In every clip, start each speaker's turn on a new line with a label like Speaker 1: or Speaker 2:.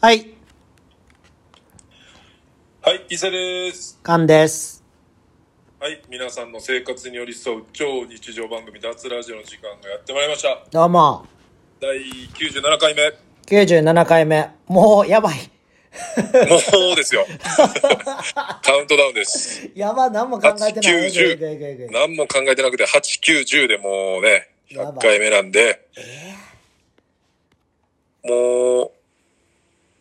Speaker 1: はい、
Speaker 2: はい、伊勢です。
Speaker 1: カンです。
Speaker 2: はい、皆さんの生活に寄り添う超日常番組脱ラジオの時間がやってまいりました。
Speaker 1: どうも、
Speaker 2: 第97回目。
Speaker 1: 97回目。もう、やばい。
Speaker 2: も うですよ。カウントダウンです。
Speaker 1: やばい、何も考えてない。
Speaker 2: 90
Speaker 1: いくいくいくいく
Speaker 2: 何も考えてなくて、8、9、10でもうね、
Speaker 1: やば
Speaker 2: 100
Speaker 1: い
Speaker 2: 回目なんで、もう、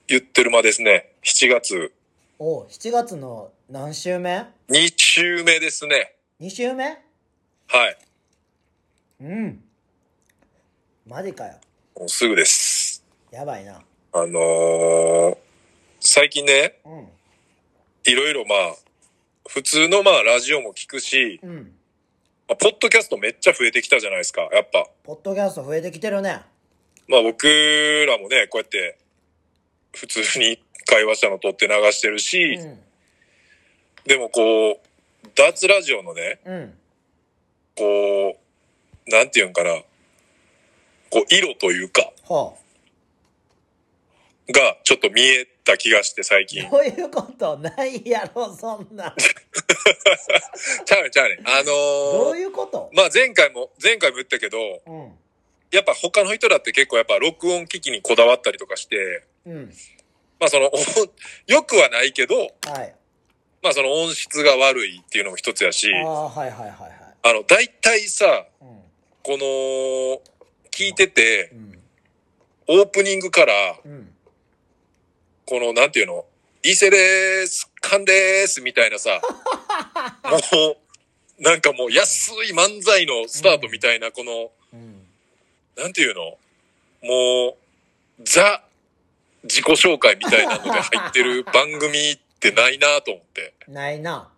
Speaker 2: 言ってる間ですね。7月、
Speaker 1: おう、7月の何週目
Speaker 2: 2週目ですね。
Speaker 1: ?2 週目
Speaker 2: はい。
Speaker 1: うん。マジかよ。
Speaker 2: もうすぐです。
Speaker 1: やばいな。
Speaker 2: あのー、最近ね、
Speaker 1: うん。
Speaker 2: いろいろまあ、普通のまあラジオも聞くし、
Speaker 1: うん。
Speaker 2: まあポッドキャストめっちゃ増えてきたじゃないですか、やっぱ。
Speaker 1: ポッドキャスト増えてきてるね。
Speaker 2: まあ僕らもね、こうやって普通に会話したの撮って流してるし、
Speaker 1: うん。
Speaker 2: でもこう、脱ラジオのね、
Speaker 1: うん。
Speaker 2: こう、なんていうんかな、こう、色というか、
Speaker 1: ほ
Speaker 2: がちょっと見えた気がして最
Speaker 1: う。
Speaker 2: 近。
Speaker 1: どういうことないやろ、そんな。
Speaker 2: ちゃうねんちゃうねん。あ
Speaker 1: ど
Speaker 2: の
Speaker 1: う
Speaker 2: ー、
Speaker 1: いうこと
Speaker 2: まあ前回も、前回も言ったけど、
Speaker 1: うん。
Speaker 2: やっぱ他の人だって結構やっぱ録音機器にこだわったりとかして、
Speaker 1: うん。
Speaker 2: まあその、 良くはないけど、
Speaker 1: はい。
Speaker 2: まあその音質が悪いっていうのも一つやし、
Speaker 1: あ
Speaker 2: あ
Speaker 1: あ、はいはいはいはい。
Speaker 2: の、大体さ、
Speaker 1: うん。
Speaker 2: この、聞いてて
Speaker 1: う、ん。
Speaker 2: オープニングから、
Speaker 1: うん。
Speaker 2: この、なんていうの、伊勢でーす、勘でーす、みたいなさ、もう、なんかもう安い漫才のスタートみたいな、この、
Speaker 1: うん。
Speaker 2: なんていうの、もう、ザ、自己紹介みたいなので入ってる番組ってないなと思って。
Speaker 1: ないな。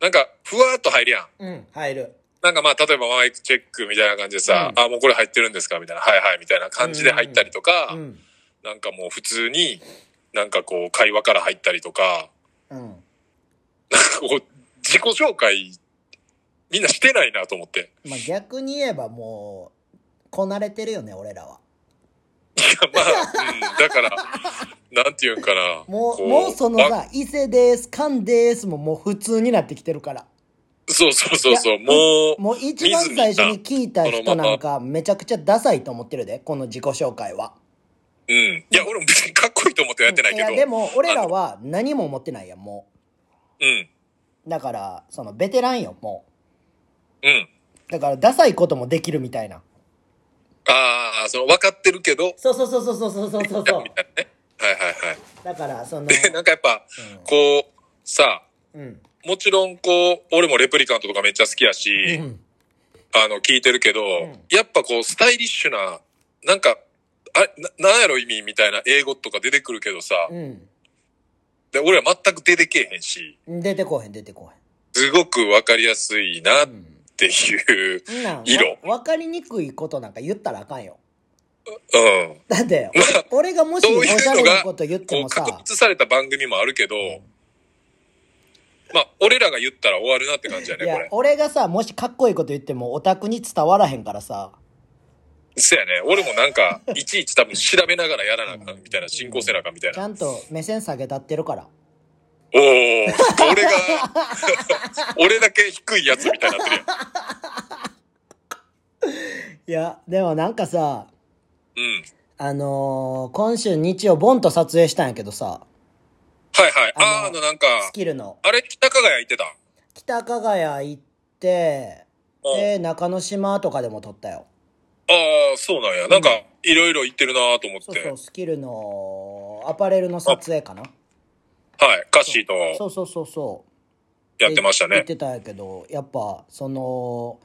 Speaker 2: なんか、ふわーっと入るやん。
Speaker 1: うん、入る。
Speaker 2: なんかまあ、例えばマイクチェックみたいな感じでさ、
Speaker 1: うん
Speaker 2: あ、もうこれ入ってるんですかみたいな、はいはいみたいな感じで入ったりとか、
Speaker 1: うん。
Speaker 2: なんかもう普通に、なんかこう、会話から入ったりとか、
Speaker 1: うん。
Speaker 2: こう、自己紹介、みんなしてないなと思って。
Speaker 1: まあ、逆に言えばもう、こなれてるよね、俺らは。
Speaker 2: いや、まあ、うん、だから、なんていうんかな。
Speaker 1: も
Speaker 2: こ
Speaker 1: う、もうその
Speaker 2: あ
Speaker 1: さ、伊勢です、カンですももう普通になってきてるから。
Speaker 2: そうそうそうそう、もう、
Speaker 1: もう一番最初に聞いた人なんか、めちゃくちゃダサいと思ってるで、この自己紹介は。
Speaker 2: うん。いや、俺も別にかっこいいと思ってやってないけど。
Speaker 1: や、でも、俺らは何も思ってないやん、も
Speaker 2: うん。
Speaker 1: う。だから、その、ベテランよ、も
Speaker 2: うん。
Speaker 1: う。だから、ダサいこともできるみたいな。
Speaker 2: ああ、その、分かってるけど、
Speaker 1: そうそうそうそうそうそうそうそう
Speaker 2: み。たいなね。はいはいはい。
Speaker 1: だから、その、
Speaker 2: で、なんかやっぱ、
Speaker 1: うん
Speaker 2: こう、さ、
Speaker 1: うん。
Speaker 2: もちろんこう、俺もレプリカントとかめっちゃ好きや
Speaker 1: う
Speaker 2: し、
Speaker 1: ん。
Speaker 2: あの、聞いてるけど、
Speaker 1: ん
Speaker 2: やっぱこう、スタイリッシュな、なんか、あれ、ななんやろ意味みたいな英語とか出てくるけどさ、
Speaker 1: うん。
Speaker 2: で、俺は全く出てけえへんし、
Speaker 1: 出てこへん出てこ
Speaker 2: すごくわかりやすいな
Speaker 1: へ
Speaker 2: っ
Speaker 1: ん、うん、
Speaker 2: ていう、
Speaker 1: そんなんわ
Speaker 2: 色
Speaker 1: わかりにくいことなんか言ったらあかんよ
Speaker 2: うん。
Speaker 1: だ って俺俺がもし
Speaker 2: そういうのが
Speaker 1: おしゃれなこと言って
Speaker 2: こう、
Speaker 1: も
Speaker 2: 確
Speaker 1: さ
Speaker 2: 立された番組もあるけど、まあ、俺らが言ったら終わるなって感じや
Speaker 1: い
Speaker 2: ね、こ
Speaker 1: や
Speaker 2: れ。
Speaker 1: 俺がさもしかっこいいこと言ってもオタクに伝わらへんからさ
Speaker 2: そやね。俺もなんか、いちいち多分調べながらやらなあかんみたいな、進行せなあかんみたい
Speaker 1: ち
Speaker 2: な。
Speaker 1: ゃんと目線下げたってるから
Speaker 2: おお俺が、 俺だけ低いやつみたいになってる
Speaker 1: いやでもなんかさ
Speaker 2: やん。うん。
Speaker 1: あのー今週日曜ボンと撮影したんやけどさ
Speaker 2: はいはい。
Speaker 1: あの
Speaker 2: あーあの、なんか、
Speaker 1: スキルの
Speaker 2: あれ、北加賀屋行ってた。
Speaker 1: 北加賀屋行って
Speaker 2: うん
Speaker 1: で中之島とかでも撮ったよ
Speaker 2: ああ、そうなんや。なんか、いろいろ行ってるなーと思っ
Speaker 1: そう
Speaker 2: て。
Speaker 1: そうスキルのアパレルの撮影かな
Speaker 2: はい。カッシーと
Speaker 1: そうそうそうそう
Speaker 2: やってました
Speaker 1: 言っ
Speaker 2: ね。
Speaker 1: てたんやけどやっぱその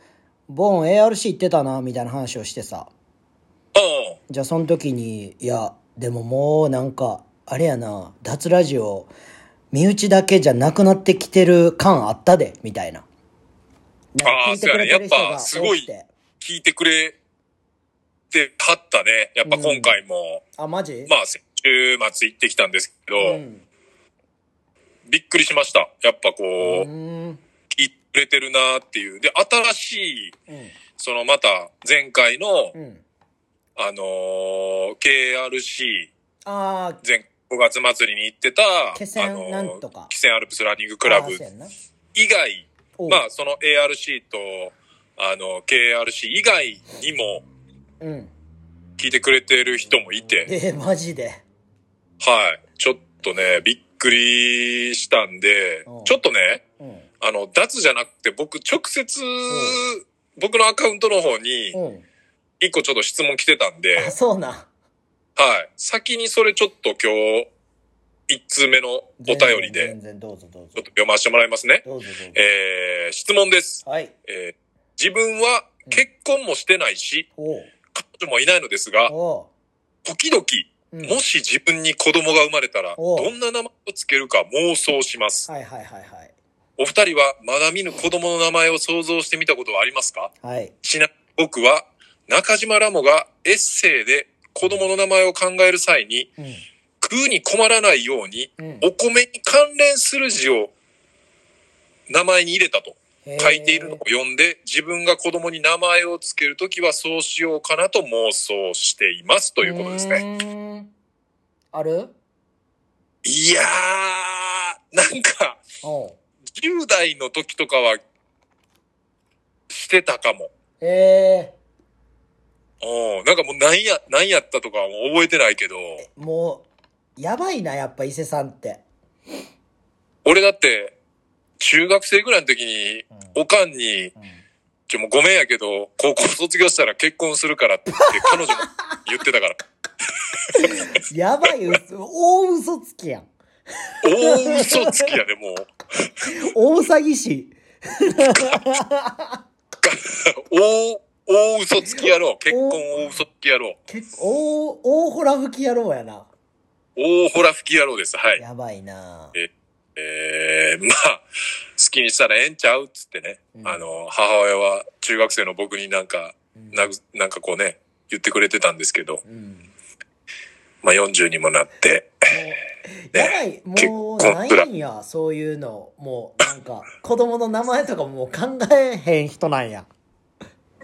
Speaker 1: ボーン ARC 行ってたなみたいな話をしてさ
Speaker 2: うん。
Speaker 1: じゃあその時にいやでももうなんかあれやな脱ラジオ身内だけじゃなくなってきてる感あったでみたいななんか
Speaker 2: あー
Speaker 1: 聞いてくれてる人
Speaker 2: そうやねやっ
Speaker 1: が
Speaker 2: ぱすご
Speaker 1: 多
Speaker 2: い
Speaker 1: くて
Speaker 2: 聞いてくれてはったね。やっぱ今回も、
Speaker 1: あマジ、
Speaker 2: まあ、先週末行ってきたんですけ
Speaker 1: う
Speaker 2: ど、
Speaker 1: ん
Speaker 2: びっくりしました。やっぱこう、
Speaker 1: うーん
Speaker 2: 聞いてくれてるなーっていう。で、新しい、
Speaker 1: うん
Speaker 2: そのまた前回の、
Speaker 1: うん
Speaker 2: あのー KRC、
Speaker 1: ああ
Speaker 2: 全5月祭りに行ってた、
Speaker 1: 気
Speaker 2: あ
Speaker 1: 仙なん
Speaker 2: の
Speaker 1: とか、
Speaker 2: 気仙アルプスランニングクラ
Speaker 1: あ
Speaker 2: ブ
Speaker 1: ーそうやんな
Speaker 2: 以外、
Speaker 1: おう
Speaker 2: まあ、その ARC と、あの、KRC 以外にも
Speaker 1: うん。
Speaker 2: 聞いてくれてる人もいて、
Speaker 1: えー、マジで。
Speaker 2: はい。ちょっとね、びっくりしたんで
Speaker 1: うん、
Speaker 2: ちょっとね、
Speaker 1: うん。
Speaker 2: あの、脱じゃなくて僕直接
Speaker 1: ん、
Speaker 2: 僕のアカウントの方に、
Speaker 1: うん。
Speaker 2: 一個ちょっと質問来てたんで
Speaker 1: あ、、そうなん。
Speaker 2: はい。先にそれちょっと今日、一通目のお便
Speaker 1: 全然
Speaker 2: りで、
Speaker 1: 全然どうぞどう
Speaker 2: ちょ
Speaker 1: ぞ
Speaker 2: っと。読ませてもらいますね。
Speaker 1: どうぞどうぞ。
Speaker 2: えー、質問です。
Speaker 1: はい。
Speaker 2: えー、自分は結婚もしてないし、
Speaker 1: おう。
Speaker 2: 彼女もいないのですが、
Speaker 1: お
Speaker 2: 時々、
Speaker 1: う。うん。
Speaker 2: もし自分に子供が生まれたら、
Speaker 1: お
Speaker 2: どんな名前をつけるか妄想します。
Speaker 1: はいはいはいはい。
Speaker 2: お二人はまだ見ぬ子供の名前を想像してみたことはありますか
Speaker 1: はい。
Speaker 2: ちなみに僕は、中島ラモがエッセイで子供の名前を考える際に、
Speaker 1: う
Speaker 2: 食うに困らないように、
Speaker 1: ん。うん。
Speaker 2: お米に関連する字を名前に入れたと書いているのを読んで、自分が子供に名前をつけるときはそうしようかなと妄想していますと
Speaker 1: と
Speaker 2: いうことですね。。
Speaker 1: ある
Speaker 2: いやー、なんか、
Speaker 1: おう。
Speaker 2: 10代の時とかは、してたかも。
Speaker 1: え
Speaker 2: うん、なんかもう何や、何やったとかはもう覚えてないけど、
Speaker 1: ー、もう、やばいな、やっぱ伊勢さんって。
Speaker 2: 俺だって、中学生ぐらいの時に、
Speaker 1: うん
Speaker 2: おかんに、
Speaker 1: うん
Speaker 2: ちょ、もうごめんやけど、高校卒業したら結婚するからって彼女も言ってたから。
Speaker 1: やばい、嘘大嘘つきやん。
Speaker 2: 大嘘つきやね、もう。
Speaker 1: 大詐欺師。
Speaker 2: 大、大嘘つき野郎。結婚大嘘つき野郎。
Speaker 1: 結構、大、大ほら吹き野郎やな。
Speaker 2: 大ほら吹き野郎です。はい。
Speaker 1: やばいな
Speaker 2: ええー、まあ、好きにしたらええんちゃうっつってね。
Speaker 1: うん
Speaker 2: あの、母親は中学生の僕になんか、
Speaker 1: うん
Speaker 2: なぐ、なんかこうね、言ってくれてたんですけど、
Speaker 1: うん。
Speaker 2: まあ40にもなって、
Speaker 1: やばい、もう、
Speaker 2: 結構
Speaker 1: ないんや、そういうの。もう、なんか、子供の名前とかもう考えへん人なんや。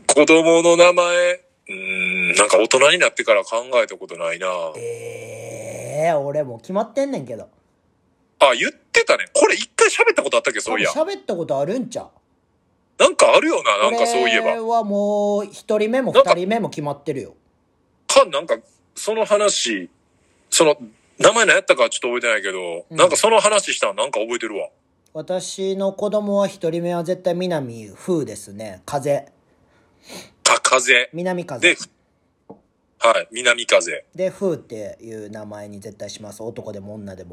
Speaker 2: 子供の名前、うーん、なんか大人になってから考えたことないな
Speaker 1: ええー、俺もう決まってんねんけど。
Speaker 2: あ、言ってたね。これ一回喋ったことあったっけ、
Speaker 1: 多
Speaker 2: そうい
Speaker 1: 分
Speaker 2: や。
Speaker 1: 喋ったことあるんちゃう
Speaker 2: なんかあるよな、なんかそういえば
Speaker 1: 俺。はもう、一人目も二人目も決まってるよ。
Speaker 2: か、なんか、その話、その、名前何やったかはちょっと覚えてないけど、
Speaker 1: うん
Speaker 2: なんかその話したのなんか覚えてるわ。
Speaker 1: 私の子供は一人目は絶対南風ですね。風。
Speaker 2: か、風。
Speaker 1: 南風
Speaker 2: で。、はい、南風。
Speaker 1: で、風っていう名前に絶対します。男でも女でも。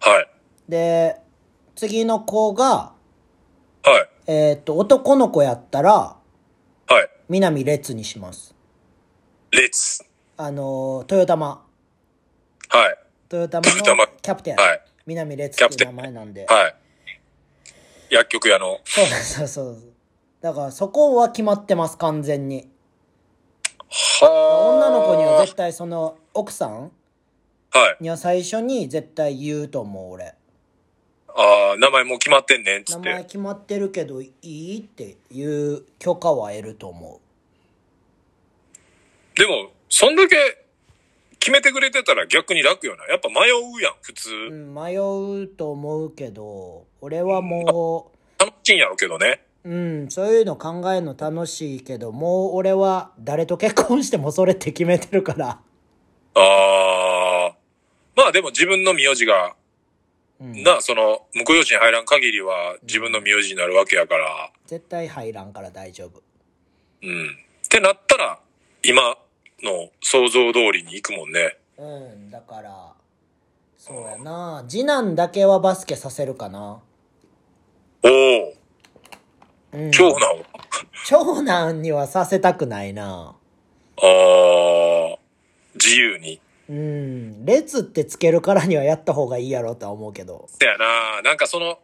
Speaker 2: はい、
Speaker 1: で、次の子が、
Speaker 2: はい、
Speaker 1: えーっと、男の子やったら、
Speaker 2: はい。
Speaker 1: 南烈にします。
Speaker 2: 列。
Speaker 1: あのー、豊玉。
Speaker 2: はい、
Speaker 1: 豊玉
Speaker 2: 豊
Speaker 1: の
Speaker 2: 玉
Speaker 1: キャプテン。
Speaker 2: はい、
Speaker 1: 南烈って
Speaker 2: キャプ
Speaker 1: い
Speaker 2: テ
Speaker 1: う
Speaker 2: ン
Speaker 1: 名前なんで。
Speaker 2: はい。薬局屋の。
Speaker 1: そうそうそう。だからそこは決まってます、完全に。
Speaker 2: は
Speaker 1: 女の子には絶対その奥さん
Speaker 2: 対。はい。
Speaker 1: には最初に絶対言うと思う俺
Speaker 2: ああ、名前もう決まってんねん、つ
Speaker 1: 名
Speaker 2: っ
Speaker 1: 前
Speaker 2: て。
Speaker 1: 決まってるけどいいっていう許可は得ると思
Speaker 2: でも、そんだけ決めてくれてたら逆に楽よな。やっぱ迷うやん、普通。
Speaker 1: う、うん、迷うと思うけど俺はも
Speaker 2: 楽しいんやろうけどね。
Speaker 1: ううんそういうの考えるの楽しいけどもう俺は誰と結婚してもそれって決めてるから、
Speaker 2: ああ。まあでも自分の名字が、
Speaker 1: うん、
Speaker 2: な、その、婿養子に入らん限りは自分の名字になるわけやから、
Speaker 1: 絶対入らんから大丈夫
Speaker 2: うん。ってなったら、今の想像通りに行くもんね。
Speaker 1: うんだからそうやな次男だけはバスケさせるかな、
Speaker 2: おお、
Speaker 1: うん、
Speaker 2: 長男は
Speaker 1: 長男にはさせたくないな。
Speaker 2: ああ、自由に。
Speaker 1: うん。列ってつけるからにはやった方がいいやろとは思うけど。
Speaker 2: だよな。なんかその、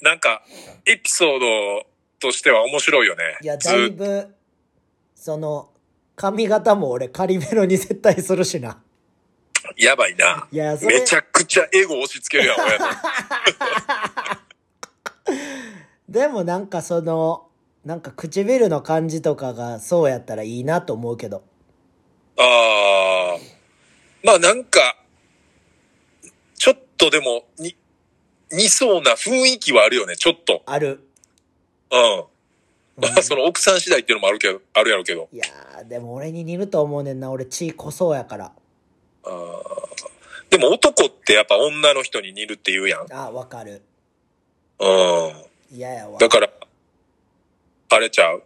Speaker 2: なんか、エピソードとしては面白いよね。
Speaker 1: いや、
Speaker 2: ず
Speaker 1: だいぶ、その、髪型も俺仮メロに絶対するしな。
Speaker 2: やばいな。
Speaker 1: いや、それ
Speaker 2: め、ちゃくちゃエゴ押し付けるやん、親と。
Speaker 1: でもなんかその、なんか唇の感じとかがそうやったらいいなと思うけど。
Speaker 2: ああ。まあなんか、とでも、に、似そうな雰囲気はあるよね、ちょっと。
Speaker 1: ある。
Speaker 2: うん。ま
Speaker 1: うん
Speaker 2: あ、その奥さん次第っていうのもあるけど、あるやろうけど。
Speaker 1: いやー、でも俺に似ると思うねんな。俺血濃そうやから。
Speaker 2: あーでも男ってやっぱ女の人に似るって言うやん。う
Speaker 1: あ、わかる。
Speaker 2: ん。
Speaker 1: 嫌やわ。
Speaker 2: だから、あれちゃう。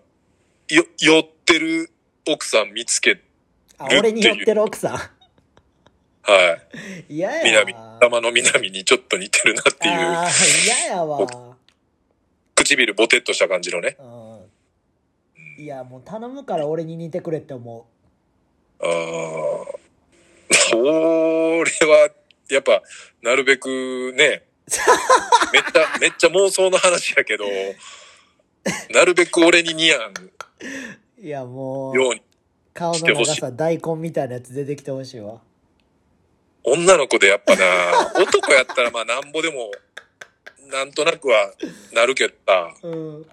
Speaker 2: よ、寄ってる奥さん見つけ、
Speaker 1: あ、俺に寄ってる奥さん。
Speaker 2: はい。
Speaker 1: 嫌や
Speaker 2: 南、
Speaker 1: わ。
Speaker 2: 玉の南にちょっと似てるなっていう、
Speaker 1: あー嫌やわ。
Speaker 2: 唇ボテっとした感じのね。
Speaker 1: うん。いや、もう頼むから俺に似てくれって思
Speaker 2: ああ。俺は、やっぱ、なるべくね、めっちゃ、 めっちゃ妄想の話やけど、なるべく俺に似合う
Speaker 1: う。いや、もう、
Speaker 2: ように。
Speaker 1: 顔の
Speaker 2: して
Speaker 1: 長
Speaker 2: ほしい
Speaker 1: さ、大根みたいなやつ出てきてほしいわ。
Speaker 2: 女の子でやっぱな、男やったらまあなんぼでも、なんとなくはなるけどさ、
Speaker 1: うん。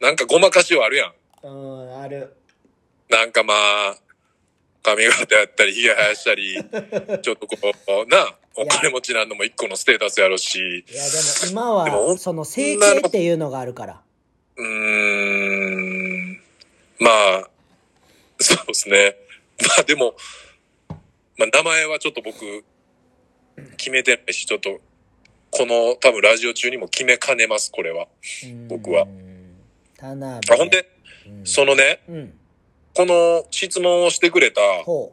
Speaker 2: なんかごまかしはあるやん。
Speaker 1: うん、ある。
Speaker 2: なんかまあ、髪型やったり、髭生やしたり、ちょっとこう、な、お金持ちなんのも一個のステータスやろし、
Speaker 1: いや、でも今
Speaker 2: でも
Speaker 1: は、その整形っていうのがあるから。
Speaker 2: うーん、まあ、そうですね。 まあでも、まあ名前はちょっと僕、決めてないし、ちょっと、この多分ラジオ中にも決めかねます、これは。
Speaker 1: うん
Speaker 2: 僕は。
Speaker 1: 田辺。
Speaker 2: あ、ほんで、
Speaker 1: うん、
Speaker 2: そのね、
Speaker 1: うん。
Speaker 2: この質問をしてくれた、あ
Speaker 1: ほ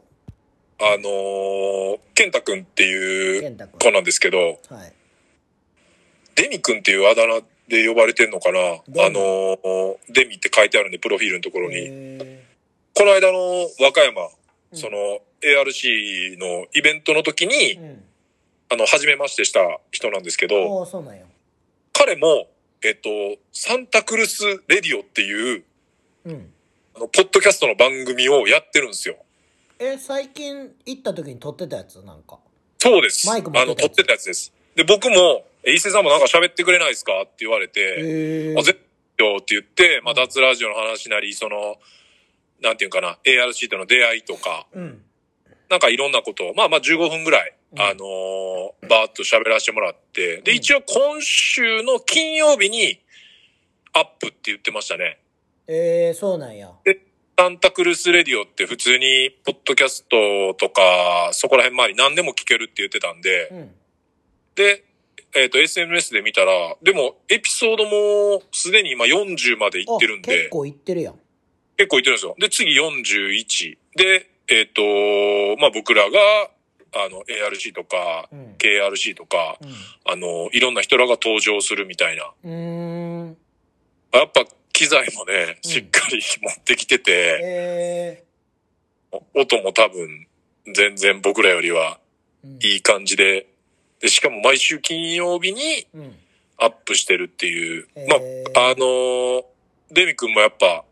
Speaker 2: のー、健太くんって
Speaker 1: う。
Speaker 2: いう
Speaker 1: 健太
Speaker 2: 子
Speaker 1: 君。
Speaker 2: なんですけど、
Speaker 1: はい。
Speaker 2: デミ君っていうあだ名で呼ばれてんのかな
Speaker 1: デミ
Speaker 2: あのー、デミって書いてあるんで、プロフィールのところに。
Speaker 1: へ
Speaker 2: この間の和歌山、
Speaker 1: うん
Speaker 2: その ARC のイベントの時に、
Speaker 1: ーうん。
Speaker 2: あの、初めましてした人なんですけど、
Speaker 1: おーそうなんよ。
Speaker 2: 彼も、えっと、サンタクルスレディオっていう、
Speaker 1: うん。
Speaker 2: あの、ポッドキャストの番組をやってるんですよ。
Speaker 1: え、最近行った時に撮ってたやつなんか。
Speaker 2: そうです。
Speaker 1: マイク持ってたや
Speaker 2: あの、
Speaker 1: つ
Speaker 2: 撮ってたやつです。で、僕も、え伊勢さんもなんか喋ってくれないですかって言われて、
Speaker 1: え
Speaker 2: あ、絶対よって言って、まあ、脱ラジオの話なり、その、なんていうかな、ARC との出会いとか、
Speaker 1: うん。
Speaker 2: なんかいろんなことを、まあまあ15分ぐらい、
Speaker 1: うん
Speaker 2: あのーバーッと喋らせてもらって、
Speaker 1: う
Speaker 2: で、
Speaker 1: ん
Speaker 2: 一応今週の金曜日に、アップって言ってましたね。
Speaker 1: えー、そうなんや。
Speaker 2: サンタクルスレディオって普通に、ポッドキャストとか、そこら辺周り何でも聞けるって言ってたんで
Speaker 1: う、ん。
Speaker 2: で、えっ、と、SNS で見たら、でも、エピソードも、すでに今40までい
Speaker 1: あ
Speaker 2: ってるんで、
Speaker 1: 結構行ってるやん。
Speaker 2: 結構いってるんですよ。で、次41。で、えっ、と、まあ、僕らが、あの、ARC とか、
Speaker 1: うん。
Speaker 2: KRC とか、あの、いろんな人らが登場するみたいな。
Speaker 1: うん。うーん。
Speaker 2: やっぱ、機材もね、
Speaker 1: うん
Speaker 2: しっかり 持ってきてて、
Speaker 1: え
Speaker 2: 音も多分、全然僕らよりは
Speaker 1: ー。うん
Speaker 2: いい感じで、で、しかも毎週金曜日に
Speaker 1: うん。
Speaker 2: アップしてるっていう。
Speaker 1: え
Speaker 2: ま
Speaker 1: ー
Speaker 2: あ、あのーデミ君もやっぱ、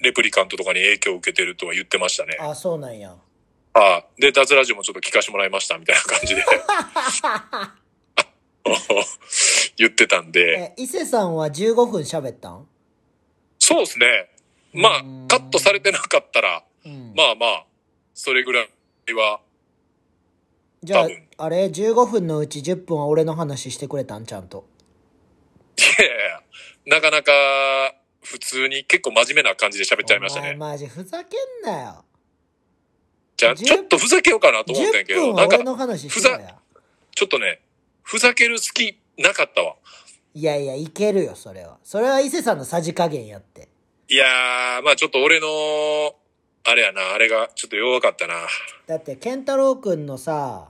Speaker 2: レプリカントとかに影響を受けてるとは言ってましたね。
Speaker 1: あ、そうなんや。
Speaker 2: ああ、で、脱ラジオもちょっと聞かしてもらいました、みたいな感じで 言ってたんで、
Speaker 1: え、伊勢さんは15分喋ったん
Speaker 2: そうですね。まあ
Speaker 1: うーん、
Speaker 2: カットされてなかったら、
Speaker 1: うん
Speaker 2: まあまあ、それぐらいは、
Speaker 1: じゃ
Speaker 2: 多分
Speaker 1: あ、あれ、15分のうち10分は俺の話してくれたんちゃんと。
Speaker 2: いやいやいやなかなか普通に結構真面目な感じで喋っちゃいました
Speaker 1: お前
Speaker 2: ね。
Speaker 1: マジふざけんなよ。
Speaker 2: じゃあ、
Speaker 1: 10
Speaker 2: ちょっとふざけようかなと思ったんやけ
Speaker 1: 10分
Speaker 2: ど、な
Speaker 1: は
Speaker 2: んか
Speaker 1: 俺、の話してたや。
Speaker 2: ちょっとね、ふざける好きなかったわ。
Speaker 1: いやいや、いけるよ、それは。それは伊勢さんのさじ加減やって。
Speaker 2: いやー、まあちょっと俺の、あれやな、あれがちょっと弱かったな。
Speaker 1: だって、健太郎くんのさ、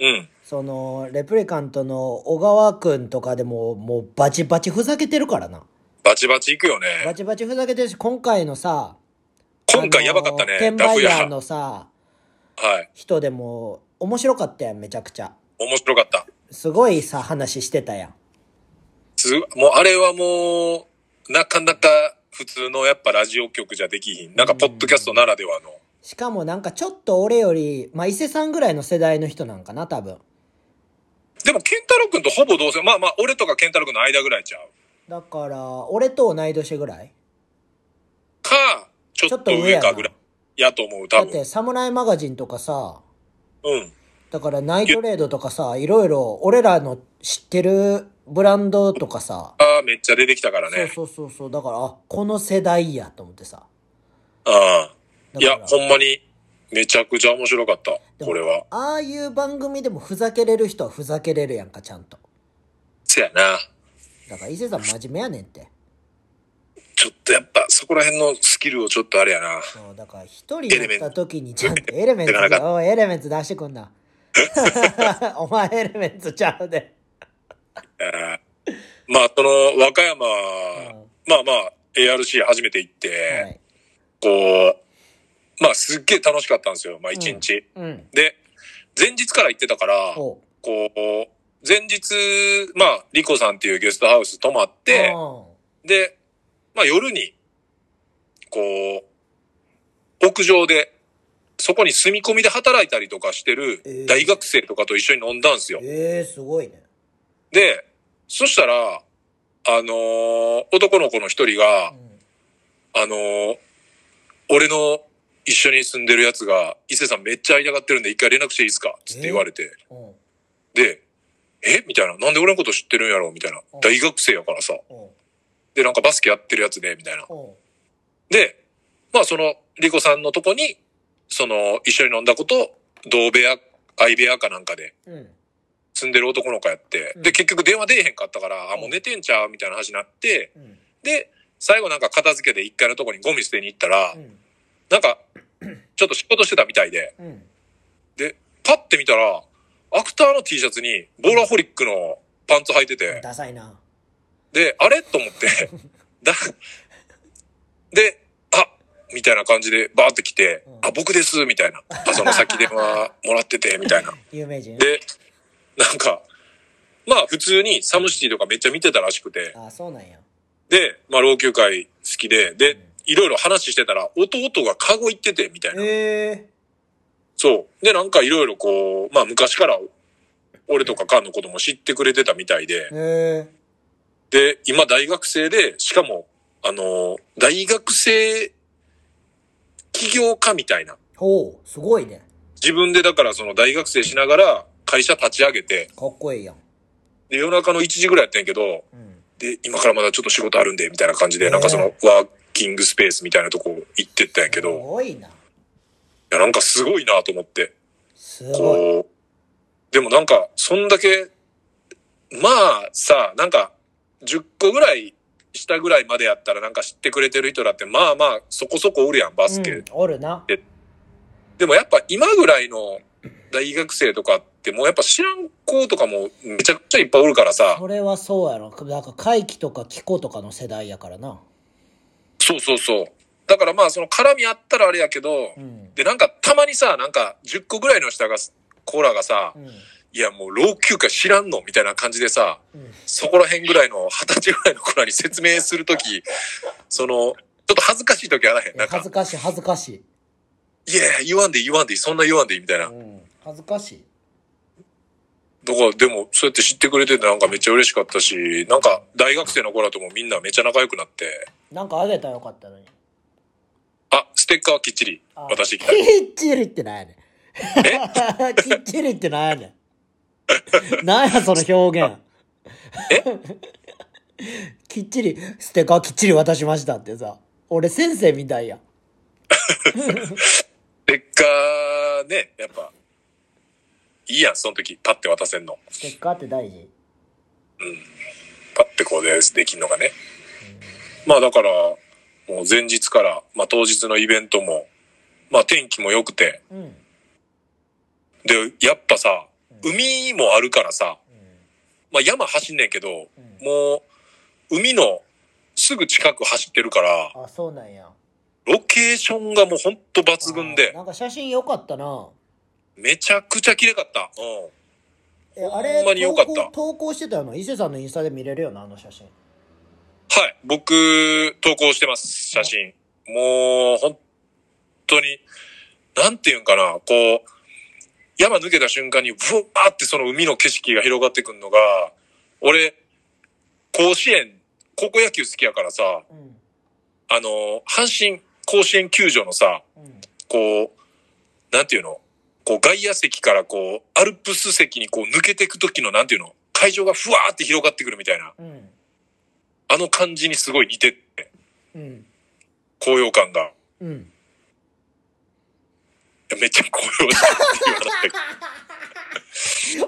Speaker 2: うん。
Speaker 1: その、レプリカントの小川くんとかでも、もうバチバチふざけてるからな。
Speaker 2: バチバチいくよね。
Speaker 1: バチバチふざけてるし、今回のさ、
Speaker 2: 今回やばかった
Speaker 1: あのー
Speaker 2: ね、
Speaker 1: 転
Speaker 2: ダフ
Speaker 1: 売
Speaker 2: 屋
Speaker 1: ヤー。のさ、
Speaker 2: はい。
Speaker 1: 人でも、面白かったやん、めちゃくちゃ。
Speaker 2: 面白かった。
Speaker 1: すごいさ、話してたやん。
Speaker 2: すもうあれはもう、なかなか普通のやっぱラジオ局じゃできひん。なんかポッドキャストならではの。
Speaker 1: しかもなんかちょっと俺より、まあ、伊勢さんぐらいの世代の人なんかな、多分。
Speaker 2: でも、ケンタロウくんとほぼ同世まあまあ、俺とかケンタロウくんの間ぐらいちゃう。
Speaker 1: だから、俺と同い年ぐらい
Speaker 2: か、ちょっと上かぐらい。やと思う、
Speaker 1: だ
Speaker 2: 多
Speaker 1: って、
Speaker 2: 分。
Speaker 1: サムライマガジンとかさ、
Speaker 2: うん。
Speaker 1: だからナイトレードとかさ、いろいろ俺らの知ってるブランドとかさ、
Speaker 2: ああ、めっちゃ出てきたから
Speaker 1: そう
Speaker 2: ね。
Speaker 1: そうそうそう、だから、あ、この世代やと思ってさ。
Speaker 2: ああ。
Speaker 1: だ
Speaker 2: い
Speaker 1: から
Speaker 2: や、ほんまに、めちゃくちゃ面白かった。
Speaker 1: でも
Speaker 2: これは。
Speaker 1: ああいう番組でもふざけれる人はふざけれるやんか、ちゃんと。
Speaker 2: せやな。
Speaker 1: だから伊勢さん真面目やねんって。
Speaker 2: ちょっとやっぱ、そこら辺のスキルをちょっとあれやな。
Speaker 1: そう、だから一人やった時にちゃんとエレメン
Speaker 2: ンツ
Speaker 1: ツだ よ、おいエレメンツ出してくんな。お前エレメンツちゃうで。
Speaker 2: えーまあ、その、和歌山、
Speaker 1: ん
Speaker 2: まあまあ、ARC 初めて行っ
Speaker 1: はい。
Speaker 2: て、こう、まあ、すっげえ楽しかったんですよ。まあ、一日。
Speaker 1: うん。
Speaker 2: で、前日から行ってたから、こ
Speaker 1: おう
Speaker 2: う、前日、まあ、リコさんっていうゲストハウス泊まって、で、まあ、夜に、こう、屋上で、そこに住み込みで働いたりとかしてる
Speaker 1: えー
Speaker 2: 大学生とかと一緒に飲んだんですよ
Speaker 1: うん。ええすごいね。
Speaker 2: で、そしたら、あのー男の子の一人が、
Speaker 1: うん
Speaker 2: あのー俺の一緒に住んでるやつが、伊勢さんめっちゃ会いたがってるんで一回連絡していいですかつって言われて、
Speaker 1: うん。
Speaker 2: で、えみたいな。なんで俺のこと知ってるんやろみたいな
Speaker 1: うん。
Speaker 2: 大学生やからさ。
Speaker 1: うん。
Speaker 2: で、なんかバスケやってるやつで、みたいな。
Speaker 1: うん。
Speaker 2: で、まあその、リコさんのとこに、その、一緒に飲んだこと、同部屋、相部屋かなんかで、
Speaker 1: うん。
Speaker 2: 住んでる男の子やって、
Speaker 1: うん
Speaker 2: で、結局電話出えへんかったから、あ、
Speaker 1: うん
Speaker 2: もう寝てんちゃうみたいな話になって、
Speaker 1: うん。
Speaker 2: で、最後なんか片付けで一階のとこにゴミ捨てに行ったら
Speaker 1: う、ん。
Speaker 2: なんか、ちょっと仕事してたみたいで、
Speaker 1: うん。
Speaker 2: で、パッて見たら、アクターの T シャツに、ボーラホリックのパンツ履いてて、
Speaker 1: ダサいな。
Speaker 2: で、あれと思って、 だ、で、あみたいな感じで、バーって来て、
Speaker 1: うん
Speaker 2: あ、僕ですみたいな。あ、その先電話もらって て、みたいな。
Speaker 1: 有名人。
Speaker 2: で、なんか、まあ普通にサムシティとかめっちゃ見てたらしくて、
Speaker 1: あ、そうなんや。
Speaker 2: で、まあ、老朽会好きで、
Speaker 1: うん
Speaker 2: で、いろいろ話してたら、弟がカゴ行ってて、みたいな。
Speaker 1: え
Speaker 2: そう。で、なんかいろいろこう、まあ、昔から、俺とかカンのことも知ってくれてたみたいで
Speaker 1: え、え
Speaker 2: で、今大学生で、しかも、あの、大学生起業家みたいな。
Speaker 1: えほう、すごいね。
Speaker 2: 自分でだからその大学生しながら会社立ち上げて、
Speaker 1: かっこいいやん。
Speaker 2: で、夜中の1時ぐらいやったんやけど、
Speaker 1: うん。
Speaker 2: で、今からまだちょっと仕事あるんで、みたいな感じで、なんかその、ワーキングスペースみたいなとこ行ってったんやけど
Speaker 1: す、ごいな。
Speaker 2: いや、なんかすごいなと思って。
Speaker 1: すごい。
Speaker 2: こう。でもなんか、そんだけ、まあさ、なんか、10個ぐらい下ぐらいまでやったらなんか知ってくれてる人だって、まあまあ、そこそこおるやん、バスケ。
Speaker 1: うん、おるな。
Speaker 2: でもやっぱ今ぐらいの大学生とかって、もうやっぱ知らん子とかもめちゃくちゃいっぱいおるからさ
Speaker 1: そ、れはそうやろ。なんか、怪奇とかキコとかの世代やからな。
Speaker 2: そうそうそう。だからまあ、その絡みあったらあれやけど
Speaker 1: う、ん。
Speaker 2: で、なんかたまにさ、なんか10個ぐらいの下が、コーラがさ
Speaker 1: う、ん。
Speaker 2: いやもう老朽化知らんのみたいな感じでさ、
Speaker 1: うん。
Speaker 2: そこら辺ぐらいの、二十歳ぐらいの子らに説明するとき、その、ちょっと恥ずかしいときあらへん。
Speaker 1: い
Speaker 2: な
Speaker 1: や
Speaker 2: んか
Speaker 1: 恥ず、かしい恥ずかしい、
Speaker 2: いやいや、言わんでいい、言わんでいい、そんな言わんでいいみたいな。だ
Speaker 1: う
Speaker 2: か
Speaker 1: ん、恥ずかしい
Speaker 2: ら、でも、そうやって知ってくれててなんかめっちゃ嬉しかったし、なんか、大学生の子らともみんなめっちゃ仲良くなって、
Speaker 1: なんかあげたらよかったのに
Speaker 2: あ、ステッカーきっちり
Speaker 1: あ
Speaker 2: 渡して
Speaker 1: き
Speaker 2: きた。
Speaker 1: っちりってなんやねん きっちりってなんやねんなんやその表現えきっちりステッカーきっちり渡しましたってさ俺先生みたいやん
Speaker 2: ステッカーね、やっぱ、いいやん、その時、パッて渡せんの。
Speaker 1: ステッカーって大事
Speaker 2: パッてこうでできんのがね。まあだから、もう前日から、まあ当日のイベントも、まあ天気も良くて、
Speaker 1: うん、うん、
Speaker 2: で、やっぱさ、海もあるからさ、まあ山走んねんけど、
Speaker 1: うん
Speaker 2: もう、海のすぐ近く走ってるから、
Speaker 1: あそうなんや
Speaker 2: ロケーションがもうほんと抜
Speaker 1: あ
Speaker 2: 群で、
Speaker 1: なんか写真良かったな
Speaker 2: めちゃくちゃ綺麗かった。うん。
Speaker 1: えあ
Speaker 2: ほ
Speaker 1: れ
Speaker 2: んまに良かった
Speaker 1: 投稿投稿してたよな伊勢さんのインスタで見れるよなあの写真
Speaker 2: はい、僕、投稿してます、写真。もう、本当に、なんていうんかな、こう、山抜けた瞬間に、ぶわーってその海の景色が広がってくんのが、俺、甲子園、高校野球好きやからさ、
Speaker 1: うん
Speaker 2: あの、阪神甲子園球場のさ、
Speaker 1: うん
Speaker 2: こう、なんていうのこう外野席からこう、アルプス席にこう抜けていく時のなんていうの会場がふわーって広がってくるみたいな。
Speaker 1: うん。
Speaker 2: あの感じにすごい似てて、
Speaker 1: うん。
Speaker 2: 高揚感が。
Speaker 1: うん。
Speaker 2: いやめっちゃ高揚したっていう話だけど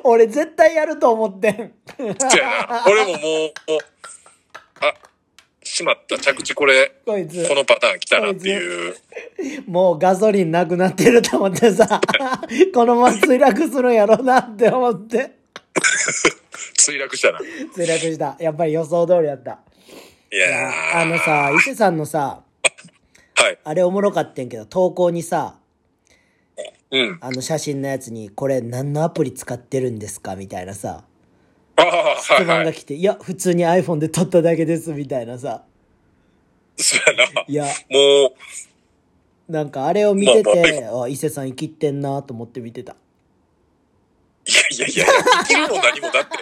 Speaker 1: 俺絶対やると思ってん。
Speaker 2: そうやな。俺ももう、もう、あ、しまった、着地これ、
Speaker 1: こいつ
Speaker 2: こ、のパターン来たなっていう。
Speaker 1: もうガソリンなくなってると思って さ、このまま墜落するんやろうなって思って。
Speaker 2: 墜落したな。い
Speaker 1: 墜落した。やっぱり予想通りやった。い
Speaker 2: や
Speaker 1: や
Speaker 2: ー
Speaker 1: あのさ、伊勢さんのさ、
Speaker 2: はい。
Speaker 1: あれおもろかってんけど、投稿にさ、
Speaker 2: うん。
Speaker 1: あの写真のやつに、これ何のアプリ使ってるんですかみたいなさ、
Speaker 2: ああ、は
Speaker 1: 質
Speaker 2: いは
Speaker 1: 問が
Speaker 2: い。
Speaker 1: 来て、いや、普通に iPhone で撮っただけです、みたいなさ。
Speaker 2: そうやな。
Speaker 1: いや、
Speaker 2: もう、
Speaker 1: なんかあれを見てて
Speaker 2: ま、
Speaker 1: あ、伊勢さん生きってんなと思って見てた。
Speaker 2: いやいやいや、生きるも何もだって、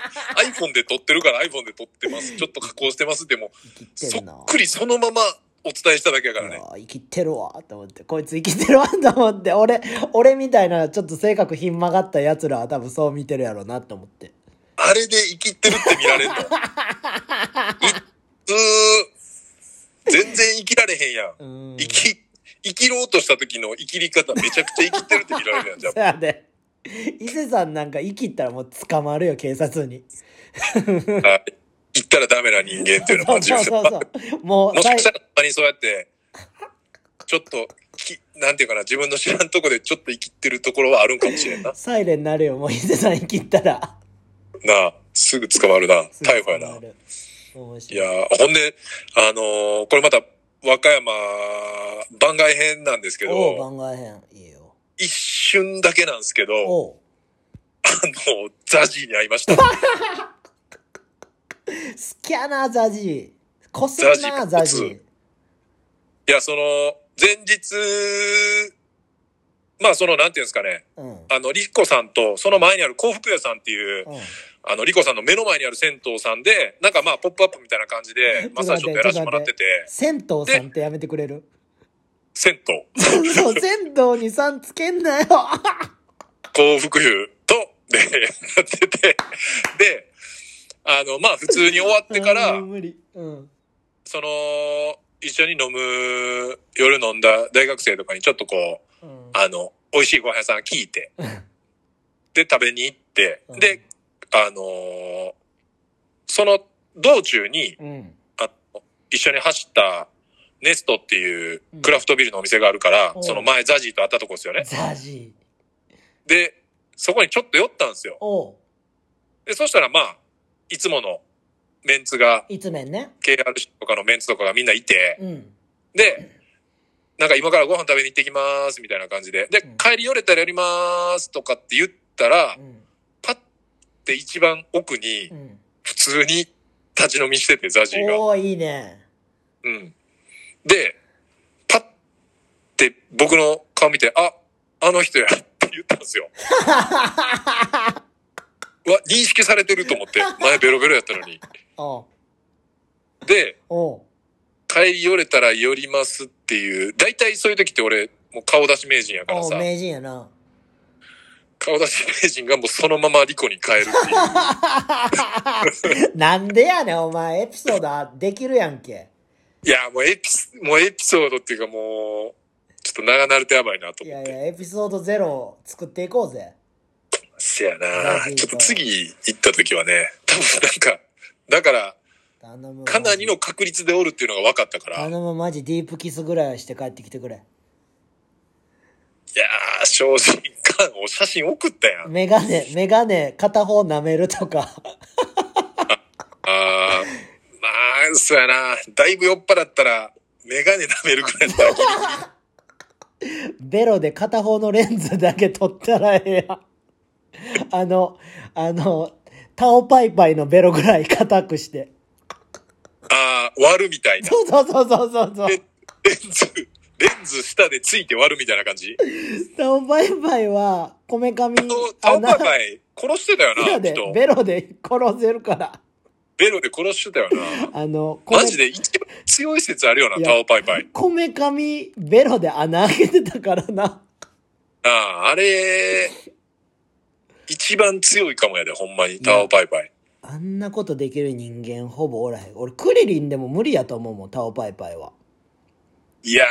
Speaker 2: iPhone で撮ってるから iPhone で撮ってます。ちょっと加工してます。でも、
Speaker 1: 生きって
Speaker 2: そ
Speaker 1: んな
Speaker 2: っくりそのままお伝えしただけやから
Speaker 1: い
Speaker 2: ね
Speaker 1: や。ー生きてるわと思ってこいつ生きてるわと思って俺俺みたいなちょっと性格ひん曲がったやつらは多分そう見てるやろうなと思って
Speaker 2: あれで生きてるって見 られんの。いっつー全然生きられへんや
Speaker 1: う
Speaker 2: ん。
Speaker 1: ん
Speaker 2: 生き、生きろうとした時の生きり方めちゃくちゃ生きてるって見られるやん、じゃ
Speaker 1: そやで伊勢さんなんか生きったらもう捕まるよ警察に
Speaker 2: あ。はい言ったらダメな人間っていうの
Speaker 1: そ
Speaker 2: も
Speaker 1: うそう
Speaker 2: 自
Speaker 1: そう
Speaker 2: 分で
Speaker 1: そうもう
Speaker 2: もしかし
Speaker 1: 最
Speaker 2: たらほんまにそうやって、ちょっと、きなんていうかな、自分の知らんとこでちょっと生きてるところはあるんかもしれんな。
Speaker 1: サイレンになるよもう伊勢さん生きったら
Speaker 2: なあ、すぐ捕まるな。
Speaker 1: すぐ
Speaker 2: 逮捕や
Speaker 1: 捕ま
Speaker 2: な。
Speaker 1: る面
Speaker 2: い
Speaker 1: 白
Speaker 2: や
Speaker 1: い
Speaker 2: ーほんで、あのーこれまた、和歌山番外編なんですけ
Speaker 1: おう
Speaker 2: ど、
Speaker 1: 番外編いいよ
Speaker 2: 一瞬だけなんですけど、あ
Speaker 1: おう
Speaker 2: の、ザジーに会い ました。
Speaker 1: 好きやなザジーこするなザ
Speaker 2: ザ
Speaker 1: ジ
Speaker 2: ジー
Speaker 1: ー
Speaker 2: いや、その、前日、まあ、その、なんていうんですかね、
Speaker 1: うんうん
Speaker 2: あの、リコさんと、その前にある幸福屋さんっていう、あの、リコさんの目の前にある銭湯さんで、なんかまあ、ポップアップみたいな感じで、マッ サージちょっとやらせてもらってて、
Speaker 1: 銭湯さんってやめてくれ る
Speaker 2: 銭湯、
Speaker 1: そう、銭湯にさんつけんなよ。
Speaker 2: 幸福湯と、で、 やってて、で、あの、まあ、普通に終わってか
Speaker 1: あー
Speaker 2: ら、
Speaker 1: 無理。うん。
Speaker 2: その、一緒に飲む、夜飲んだ大学生とかにちょっとこう、
Speaker 1: うん
Speaker 2: あの、美味しいご飯屋さん聞いて、で、食べに行って、
Speaker 1: うん
Speaker 2: で、あのーその道中に、
Speaker 1: うん。
Speaker 2: あの一緒に走ったネストっていうクラフトビールのお店があるから、
Speaker 1: うん
Speaker 2: その前ザジーと会ったとこですよね。
Speaker 1: ザジー。
Speaker 2: で、そこにちょっと寄ったんですよ。
Speaker 1: おう。
Speaker 2: で、そしたらまあ、いつものメンツが、
Speaker 1: いつめんね。
Speaker 2: KRC とかのメンツとかがみんないて、
Speaker 1: うん。
Speaker 2: で、なんか今からご飯食べに行ってきます、みたいな感じで。で
Speaker 1: うん、
Speaker 2: 帰り寄れたらやります、とかって言ったら
Speaker 1: う、ん。
Speaker 2: パッて一番奥に
Speaker 1: う、ん。
Speaker 2: 普通に立ち飲みしてて、ザジーが。
Speaker 1: おー、いいね。
Speaker 2: うん。で、パッて僕の顔見て、あ、あの人やって言ったんですよ。うわ、認識されてると思って、前ベロベロやったのに。
Speaker 1: おう。
Speaker 2: で、
Speaker 1: おう。
Speaker 2: 帰り寄れたら寄りますっていう、大体そういう時って俺、もう顔出し名人やから
Speaker 1: おう、
Speaker 2: さ、
Speaker 1: 名人やな。
Speaker 2: 顔出し名人がもうそのままリコに変えるっていう。
Speaker 1: なんでやねん、お前。エピソードあできるやんけ。
Speaker 2: いや、もうエピス、もうエピソードっていうかもう、ちょっと長なるとやばいなと
Speaker 1: い
Speaker 2: 思
Speaker 1: や
Speaker 2: っ
Speaker 1: い
Speaker 2: て。
Speaker 1: や、エピソードゼロを作っていこうぜ。
Speaker 2: せや
Speaker 1: マジか
Speaker 2: なちょっと次行った時はね、多分なんか、だから、
Speaker 1: 頼む。
Speaker 2: かなり。の確率でおるっていうのが分かったから、
Speaker 1: 頼
Speaker 2: いや
Speaker 1: む、マジディープキスぐらいはして帰ってきてくれ。
Speaker 2: ー、正直感を写真送っ たやん。
Speaker 1: メガネ、メガネ、片方舐めるとか。
Speaker 2: あーまあ、そうやなだいぶ酔っ払ったら、メガネ舐めるくらいだったら ギリギリ
Speaker 1: ベロで片方のレンズだけ取ったらええやん。 あの、あの、タオパイパイのベロぐらい硬くして。
Speaker 2: ああ、割るみたいな。
Speaker 1: そうそうそうそうそうそう
Speaker 2: レ。レンズ、レンズ下でついて割るみたいな感じ。
Speaker 1: タオパイパイは、こめかみ、
Speaker 2: あの、タオパイパ
Speaker 1: イ。
Speaker 2: イ殺してたよ
Speaker 1: ベロ
Speaker 2: な、
Speaker 1: で
Speaker 2: 人、。
Speaker 1: ベロで殺せるから。
Speaker 2: ベロで殺してたよな。
Speaker 1: あの、 こめ
Speaker 2: マジで一番強い説あるよ
Speaker 1: い
Speaker 2: な、
Speaker 1: や
Speaker 2: タオパイパイ。
Speaker 1: こめかみ、ベロで穴開けてたからな。
Speaker 2: ああ、あれ、一番強いかもやで、ほんまに。タオパイパイ。
Speaker 1: あんなことできる人間ほぼおらへん。俺、クリリンでも無理やと思うもん、タオパイパイは。
Speaker 2: いや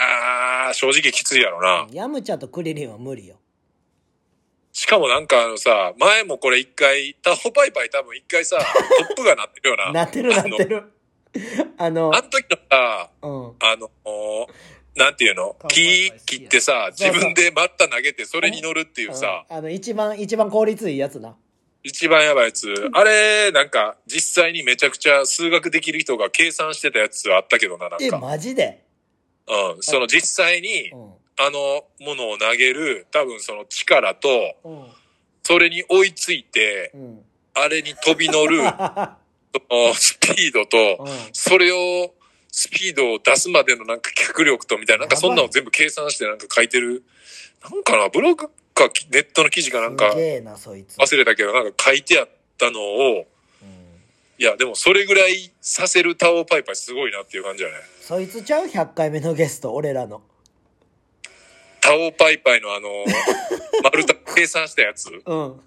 Speaker 2: ー、正直きついやろな。
Speaker 1: ヤムチャとクリリンは無理よ。
Speaker 2: しかもなんかあのさ、前もこれ一回、タオパイパイ多分一回さ、トップがなってるよな。
Speaker 1: なってるなってる。あの
Speaker 2: あ、の時のさ、
Speaker 1: うん。
Speaker 2: あのおなんていうの
Speaker 3: タオパイ
Speaker 2: 木
Speaker 3: パイ好きや
Speaker 2: 切ってさ、
Speaker 1: そうそう
Speaker 2: 自分でバッタ投げてそれに乗るっていうさ、
Speaker 1: うんあの、一番、一番効率いいやつな。
Speaker 2: 一番やばいやつ。あれ、なんか、実際にめちゃくちゃ数学できる人が計算してたやつはあったけどな、なん
Speaker 1: え、
Speaker 2: か。
Speaker 1: マジで
Speaker 2: うん。その実際に
Speaker 1: う、ん。
Speaker 2: あの、ものを投げる、多分その力と、
Speaker 1: うん。
Speaker 2: それに追いついて、
Speaker 1: うん。
Speaker 2: あれに飛び乗る、そのスピード
Speaker 1: う
Speaker 2: と、
Speaker 1: ん。
Speaker 2: それを、スピードを出すまでのなんか脚力とみたいな、なんかそんなの全部計算してなんか書いてる、なんかな、ブログかネットの記事かなんか
Speaker 1: すげえな、そいつ。
Speaker 2: 忘れたけど、なんか書いてあったのを、
Speaker 1: うん
Speaker 2: いや、でもそれぐらいさせるタオパイパイすごいなっていう感じだね。
Speaker 1: そいつちゃう ?100 回目のゲスト、俺らの。
Speaker 2: タオパイパイのあの、丸太計算したやつ。
Speaker 1: うん。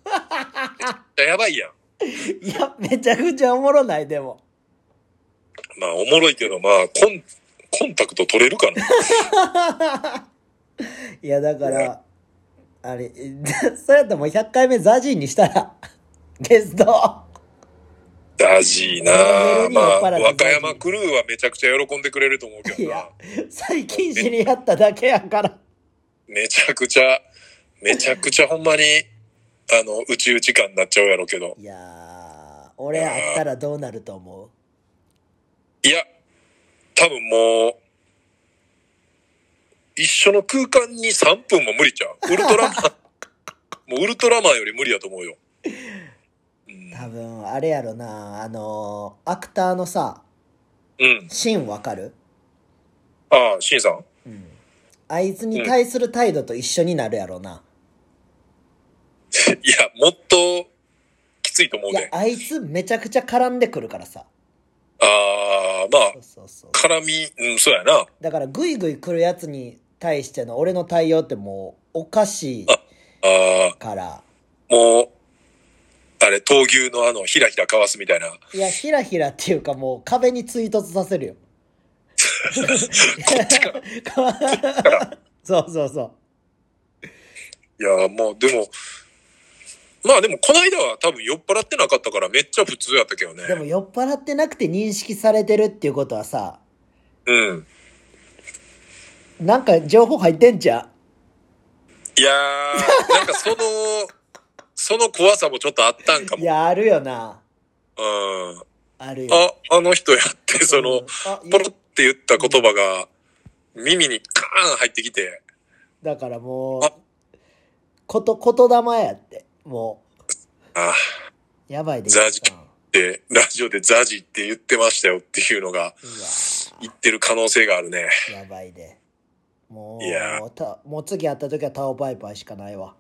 Speaker 2: やばいやん。
Speaker 1: いや、めちゃくちゃおもろない、でも。
Speaker 2: まあ、おもろいけど、まあ、コン、コンタクト取れるかな。
Speaker 1: いや、だから、あれ、 そうやったらもう100回目ザジーにしたら、 ゲスト。
Speaker 2: ダジー な
Speaker 1: レベルに
Speaker 2: ま
Speaker 1: 酔っ
Speaker 2: あ、
Speaker 1: 払って
Speaker 2: 和歌山クルーはめちゃくちゃ喜んでくれると思うけ
Speaker 1: い
Speaker 2: どな
Speaker 1: や。、最近知り合っただけやから。
Speaker 2: めちゃくちゃ、めちゃくちゃほんまに、あの、宇宙時間になっちゃうやろうけど。
Speaker 1: いやー、俺あったらどうなると思う
Speaker 2: いや、多分もう、一緒の空間に3分も無理ちゃう。ウルト ラマン、もうウルトラマンより無理やと思うよ。うん。
Speaker 1: 多分、あれやろな、あのー、アクターのさ、
Speaker 2: うん、
Speaker 1: シンわかる
Speaker 2: ああ、シンさん。
Speaker 1: うん。あいつに対する態度と一緒になるやろな。
Speaker 2: いや、もっと、きついと思う
Speaker 1: いや
Speaker 2: で、。
Speaker 1: あいつめちゃくちゃ絡んでくるからさ。
Speaker 2: ああ、まあ
Speaker 1: そ、うそうそう。
Speaker 2: 絡み、うん、そうやな。
Speaker 1: だから、ぐいぐい来るやつに対しての俺の対応ってもう、おかしい
Speaker 2: ああ、
Speaker 1: から。
Speaker 2: もう、あれ、闘牛のあの、ひらひらかわすみたいな。こ
Speaker 1: いや、ひらひらっていうかもう壁に追突させるよ。
Speaker 2: っちから。い
Speaker 1: そうそうそう。
Speaker 2: や、もう、でも、まあでも、この間は多分酔っ払ってなかったから、めっちゃ普通やったけど
Speaker 1: でも
Speaker 2: ね。
Speaker 1: 酔っ払ってなくて認識されてるっていうことはさ、
Speaker 2: うん。
Speaker 1: なんか情報入ってんじゃん。
Speaker 2: いやー、なんかその、その怖さもちょっとあったんか
Speaker 1: い
Speaker 2: も。
Speaker 1: や、あるよな。
Speaker 2: うん。
Speaker 1: あるよ。
Speaker 2: あ、あの人やって、そ
Speaker 1: うん
Speaker 2: の、
Speaker 1: あいや
Speaker 2: ポロって言った言葉が、耳にカーン入ってきて、
Speaker 1: だからもう
Speaker 2: あ、
Speaker 1: こと、言霊やって。も
Speaker 2: あ
Speaker 1: う、やばいで
Speaker 2: ザジで、ラジオでザジって言ってましたよっていうのが、
Speaker 1: う
Speaker 2: 言ってる可能性があるね。
Speaker 1: わ、やばいで。も
Speaker 2: いや
Speaker 1: う、たもう次会った時はタオパイパイしかないわ。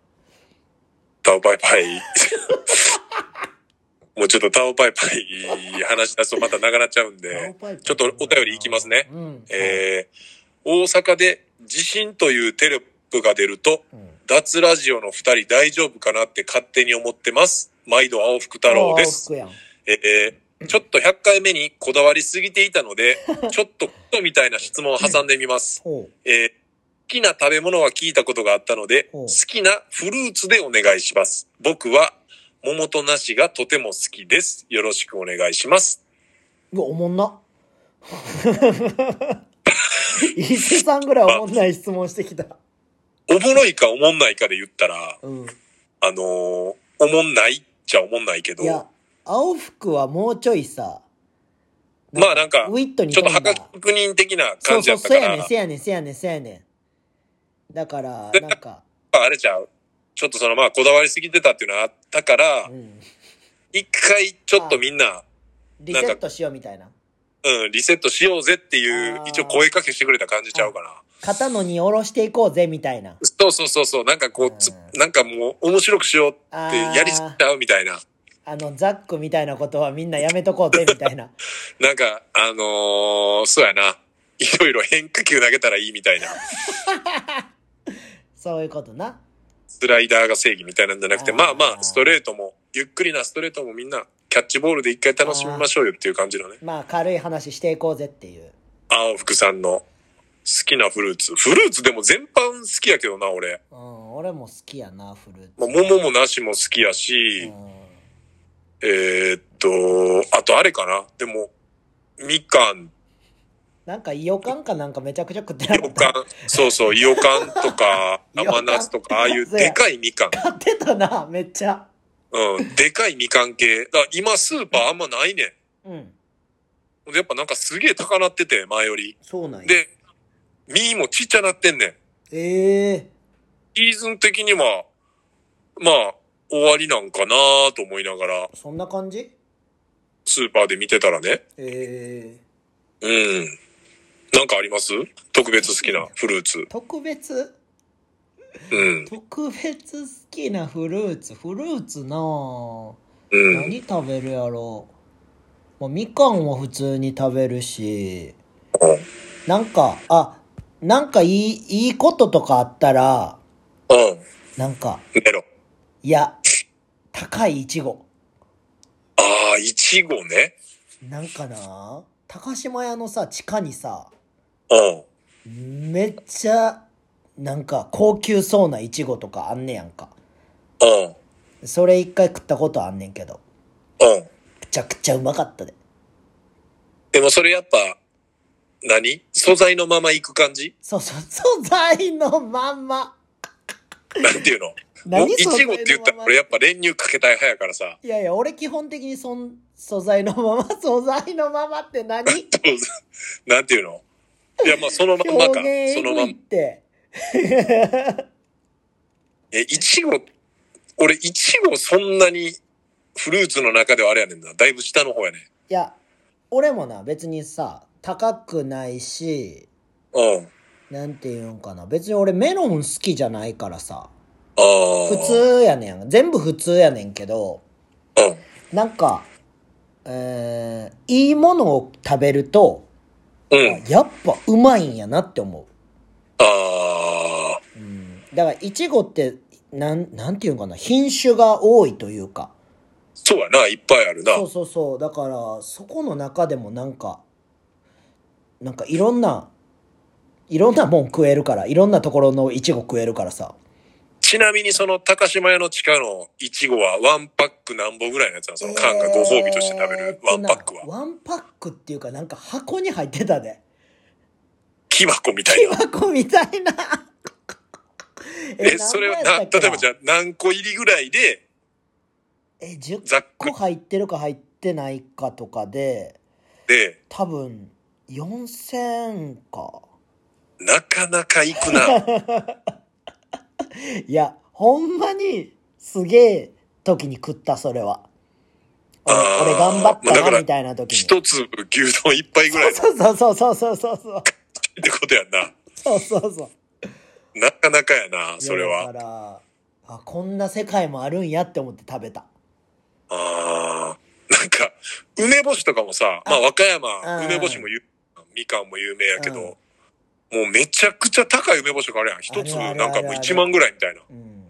Speaker 2: タオパイパイ。もうちょっとタオパイパイ話し出すとまた長なっちゃうん
Speaker 1: タオ
Speaker 2: で、
Speaker 1: パイパイ
Speaker 2: ちょっとお便りいきますね。
Speaker 1: うん。
Speaker 2: えー、大阪で地震というテレプが出ると、
Speaker 1: うん
Speaker 2: 脱ラジオの二人大丈夫かなって勝手に思ってます。毎度青福太郎で
Speaker 1: お
Speaker 2: す。
Speaker 1: ー青服
Speaker 2: えー、ちょっと100回目にこだわりすぎていたので、ちょっとことみたいな質問を挟んでみます。
Speaker 1: やん。おう
Speaker 2: えー好きな食べ物は聞いたことがあったので、
Speaker 1: ほう
Speaker 2: 好きなフルーツでお願いします。僕は桃と梨がとても好きです。よろしくお願いします。
Speaker 1: うわ、おもんな。伊勢さんぐらいおもんない質問してきた。
Speaker 2: おもろいかおもんないかで言ったら、
Speaker 1: うん。
Speaker 2: あのーおもんないっちゃおもんないけど
Speaker 1: い、や、青服はもうちょいさ、
Speaker 2: まあなんか、
Speaker 1: ウィットに
Speaker 2: ちょっと破
Speaker 1: 富んだ
Speaker 2: 確認的な
Speaker 1: そ
Speaker 2: 感
Speaker 1: う
Speaker 2: じ
Speaker 1: そ
Speaker 2: だ
Speaker 1: う、せ
Speaker 2: ったか
Speaker 1: や
Speaker 2: ら、
Speaker 1: ねん、せやねん、せやねん、せやねん。だから、
Speaker 2: で
Speaker 1: なんか、
Speaker 2: あれちゃう。ちょっとそのまあこだわりすぎてたっていうのはあったから
Speaker 1: う、ん。
Speaker 2: 一回ちょっとみんな、
Speaker 1: リセットしようみたいな。
Speaker 2: うん、リセットしようぜっていう
Speaker 1: あ、ー
Speaker 2: 一応声かけしてくれた感じちゃうかな。
Speaker 1: 肩の荷下ろしていこうぜ、みたいな。
Speaker 2: そうそうそうそう、なんかこう、つ
Speaker 1: う
Speaker 2: なんかもう面白くしようってやりすぎちゃうみたいな。
Speaker 1: あの、ザックみたいなことはみんなやめとこうぜ、みたいな。
Speaker 2: なんか、あのーそうやな。いろいろ変化球投げたらいいみたいな。
Speaker 1: そういうことな。
Speaker 2: スライダーが正義みたいなんじゃなくて、
Speaker 1: あー
Speaker 2: まあまあ、ストレートも、ゆっくりなストレートもみんな、キャッチボールで一回楽しみましょうよっていう感じのね。
Speaker 1: まあ軽い話していこうぜっていう
Speaker 2: 青福さんの好きなフルーツ。フルーツでも全般好きやけどな、俺。
Speaker 1: うん俺も好きやなフルーツ
Speaker 2: まあ、桃も梨も好きやし、えーっと、あとあれかな。でも、みかん、
Speaker 1: なんかイオカンかなんかめちゃくちゃ食ってな
Speaker 2: イ
Speaker 1: か
Speaker 2: オ
Speaker 1: っ
Speaker 2: カ
Speaker 1: た
Speaker 2: ン、そうそう、イオカンとか、
Speaker 1: イオカン
Speaker 2: 甘夏とか、ああいうでかいみかん。
Speaker 1: 買ってたなめっちゃ
Speaker 2: うん、でかいみかん系。だから今スーパーあんまないね
Speaker 1: うん
Speaker 2: ん。でやっぱなんかすげえ高なってて、前より。
Speaker 1: そうなんや
Speaker 2: で、実もちっちゃなってんねん。
Speaker 1: ええ
Speaker 2: シーズン的には、まあ、終わりなんかなと思いながら、
Speaker 1: そんな感じ
Speaker 2: スーパーで見てたらね。
Speaker 1: ええ
Speaker 2: うん。なんかあります特別好きなフルーツ。
Speaker 1: 特別
Speaker 2: うん。
Speaker 1: 特別好きなフルーツフルーツなあ
Speaker 2: うん。
Speaker 1: 何食べるやろまあみかんは普通に食べるしなんかあなんかいいいいこととかあったら
Speaker 2: うん。
Speaker 1: なんか
Speaker 2: メロン。
Speaker 1: いや高いいちご
Speaker 2: ああ、いちごね。
Speaker 1: なんかな高島屋のさ地下にさ
Speaker 2: うん。
Speaker 1: めっちゃなんか高級そうないちごとかあんねやんか
Speaker 2: うん。
Speaker 1: それ一回食ったことあんねんけど
Speaker 2: うん。
Speaker 1: くちゃくちゃうまかったで
Speaker 2: でもそれやっぱ、何素材のまま行く感じ
Speaker 1: そうそう 素材のまんま
Speaker 2: なんていうの
Speaker 1: 何
Speaker 2: い
Speaker 1: 素材
Speaker 2: ち
Speaker 1: の
Speaker 2: ごって言った
Speaker 1: ま
Speaker 2: ら
Speaker 1: ま
Speaker 2: 俺やっぱ練乳かけたい派やからさ。
Speaker 1: いやいや俺基本的にそん素材のまま 素材のままって何
Speaker 2: なんていうのいやまあそ のまんま
Speaker 1: 表
Speaker 2: か。
Speaker 1: 現
Speaker 2: そ
Speaker 1: え
Speaker 2: の
Speaker 1: ぐ
Speaker 2: まん
Speaker 1: いって
Speaker 2: え、いちご、俺いちごそんなにフルーツの中ではあれやねんな。だいぶ下の方やね。
Speaker 1: いや俺もな別にさ高くないし
Speaker 2: うん。
Speaker 1: なんていうんかな別に俺メロン好きじゃないからさ
Speaker 2: ああ。
Speaker 1: 普。通やねん全部普通やねんけど
Speaker 2: うん。
Speaker 1: なんかえー、いいものを食べると
Speaker 2: うん。
Speaker 1: やっぱうまいんやなって思
Speaker 2: ああ。
Speaker 1: う、うん、だからいちごってなんなんていうんかな品種が多いというか
Speaker 2: そうやな。いっぱいあるな。
Speaker 1: そうそうそうだからそこの中でもなんかなんかいろんないろんなもん食えるからいろんなところのいちご食えるからさ
Speaker 2: ちなみにその高島屋の地下のいちごはワンパック何本ぐらいのやつなのその缶がご褒美として食べるワンパック
Speaker 1: えー
Speaker 2: は
Speaker 1: と。なワンパックっていうかなんか箱に入ってたで
Speaker 2: 木箱みたい
Speaker 1: 木
Speaker 2: な。
Speaker 1: 箱みたいな
Speaker 2: え、それはな、
Speaker 1: 何個やったっけ
Speaker 2: 例えばじゃあ何個入りぐらいで、
Speaker 1: え10
Speaker 2: ざっく
Speaker 1: 個
Speaker 2: り
Speaker 1: 入ってるか入ってないかとかで
Speaker 2: で、
Speaker 1: 多分4000か
Speaker 2: なかなか行 くな。
Speaker 1: いや、ほんまにすげえ時に食った、それは。俺
Speaker 2: あー
Speaker 1: 俺頑張っ
Speaker 2: まあだ
Speaker 1: た
Speaker 2: か
Speaker 1: な、
Speaker 2: ら
Speaker 1: みたいな時に。
Speaker 2: 一粒牛丼一杯ぐ らい っ
Speaker 1: そうそうそうそうそうそうそう。
Speaker 2: てことやんな。
Speaker 1: そうそうそう。
Speaker 2: なかなかやな、それ
Speaker 1: いや
Speaker 2: は。
Speaker 1: だから、あ、こんな世界もあるんやって思って食べた。
Speaker 2: あーなんか、梅干しとかもさ、まあ和歌
Speaker 1: う
Speaker 2: 山、
Speaker 1: ん
Speaker 2: 梅干しも有みかんも有名やけど、もうめちゃくちゃ高い梅干しとかあるやん。一粒
Speaker 1: あるある
Speaker 2: なんか
Speaker 1: あ
Speaker 2: も
Speaker 1: る
Speaker 2: う
Speaker 1: ある
Speaker 2: 1万ぐらいみたいな。
Speaker 1: うん。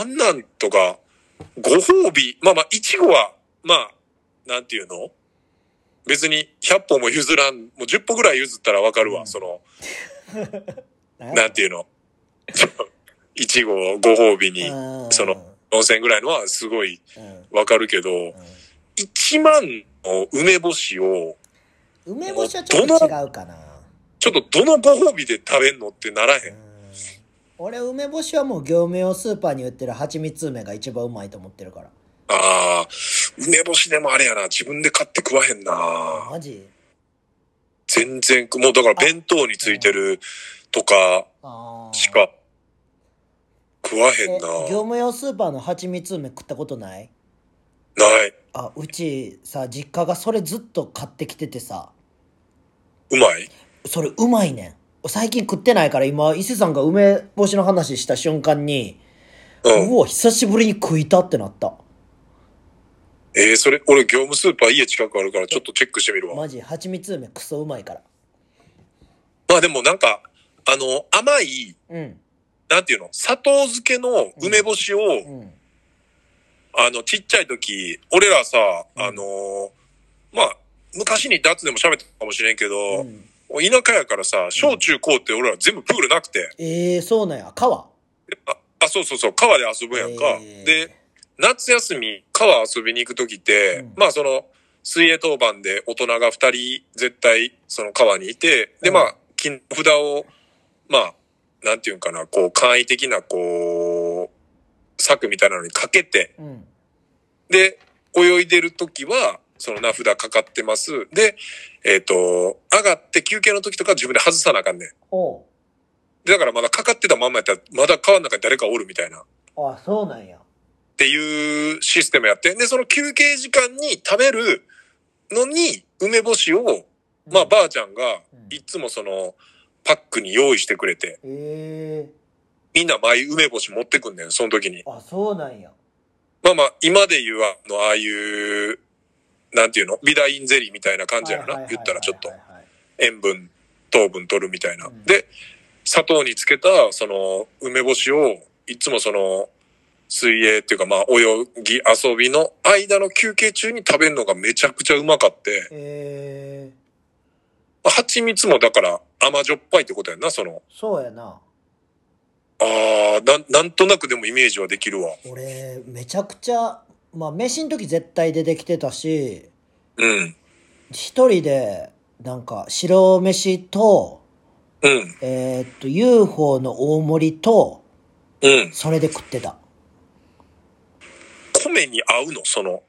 Speaker 2: あんなんとか、ご褒美、まあまあ、いちごは、まあ、なんていうの別に100歩も譲らん、もう10歩ぐらい譲ったらわかるわ、
Speaker 1: うん
Speaker 2: その、
Speaker 1: な
Speaker 2: なんていうの。 いちごをご褒美に、
Speaker 1: うん
Speaker 2: その、4000ぐらいのはすごい
Speaker 1: うんうん
Speaker 2: わかるけど、1万の梅干しを、
Speaker 1: 梅干しはちょっと違うかな。
Speaker 2: ちょっとどのご褒美で食べんのってならへ。
Speaker 1: うんん俺、梅干しはもう業務用スーパーに売ってる蜂蜜梅が一番うまいと思ってるから。
Speaker 2: ああ、梅干しでもあれやな、自分で買って食わへんな。
Speaker 1: マジ
Speaker 2: 全然食う、もうだから弁当についてるとか、
Speaker 1: あー
Speaker 2: しか食わへ
Speaker 1: え
Speaker 2: んな。
Speaker 1: 業務用スーパーの蜂蜜梅食ったことない
Speaker 2: ない。
Speaker 1: あうちさ実家がそれずっと買ってきててさ
Speaker 2: うまい
Speaker 1: それうまいねん最近食ってないから今伊勢さんが梅干しの話した瞬間に、
Speaker 2: う。
Speaker 1: うんわ久しぶりに食いたってなった
Speaker 2: えーそれ、俺業務スーパー家近くあるからちょっとチェックしてみるわ。
Speaker 1: マジ蜂蜜梅クソうまいから
Speaker 2: まあでもなんか、あの、甘い
Speaker 1: うん
Speaker 2: なんていうの砂糖漬けの梅干しを、
Speaker 1: うん。
Speaker 2: あの、ちっちゃい時、俺らさ、
Speaker 1: うん
Speaker 2: あのーまあ、昔にダッツでも喋ったかもしれんけど、
Speaker 1: うん
Speaker 2: 田舎やからさ、小中高って俺ら全部プールなくて、
Speaker 1: ええそうなんや。川
Speaker 2: でああ、そうそうそう、川で遊ぶやんか。
Speaker 1: えー
Speaker 2: で、夏休み、川遊びに行く時って、
Speaker 1: うん
Speaker 2: まあその、水泳当番で大人が二人絶対その川にいて、で
Speaker 1: うん
Speaker 2: まあ、金札を、まあ、なんていうんかな、こう、簡易的な、こう、柵みたいなのにかけて、
Speaker 1: うん。
Speaker 2: で、泳いでる時は、その名札かかってます。で、えっ、と、上がって休憩の時とか自分で外さなあかんねん。
Speaker 1: おう
Speaker 2: でだからまだかかってたまんまやったら、まだ川の中に誰かおるみたいな。っ
Speaker 1: あ、そうなんや。
Speaker 2: ていうシステムやって。で、その休憩時間に食べるのに、梅干しを、まあ、ばあちゃんが、いつもその、パックに用意してくれて、
Speaker 1: ええ
Speaker 2: みんな毎梅干し持ってくんねん、その時に。
Speaker 1: あ、そうなんや。
Speaker 2: まあまあ、今で言うあの、ああいう、なんていうのビダインゼリーみたいな感じやろ
Speaker 1: はい
Speaker 2: な。
Speaker 1: はいはいはい
Speaker 2: 言ったらちょっと
Speaker 1: はい。はい
Speaker 2: 塩分、糖分取るみたいな。
Speaker 1: うん
Speaker 2: で、砂糖につけた、その、梅干しを、いつもその、水泳っていうかまあ、泳ぎ、遊びの間の休憩中に食べるのがめちゃくちゃうまかって、
Speaker 1: ええ
Speaker 2: まあ蜂蜜もだから甘じょっぱいってことやんな、その、
Speaker 1: そうやな。
Speaker 2: ああ、なん、なんとなくでもイメージはできるわ。
Speaker 1: 俺、めちゃくちゃ、まあ、飯の時絶対出てきてたし、
Speaker 2: うん。
Speaker 1: 一人で、なんか、白飯と、
Speaker 2: うん。
Speaker 1: えーっと、UFO の大盛りと、
Speaker 2: うん。
Speaker 1: それで食ってた。
Speaker 2: 米に合うの、その、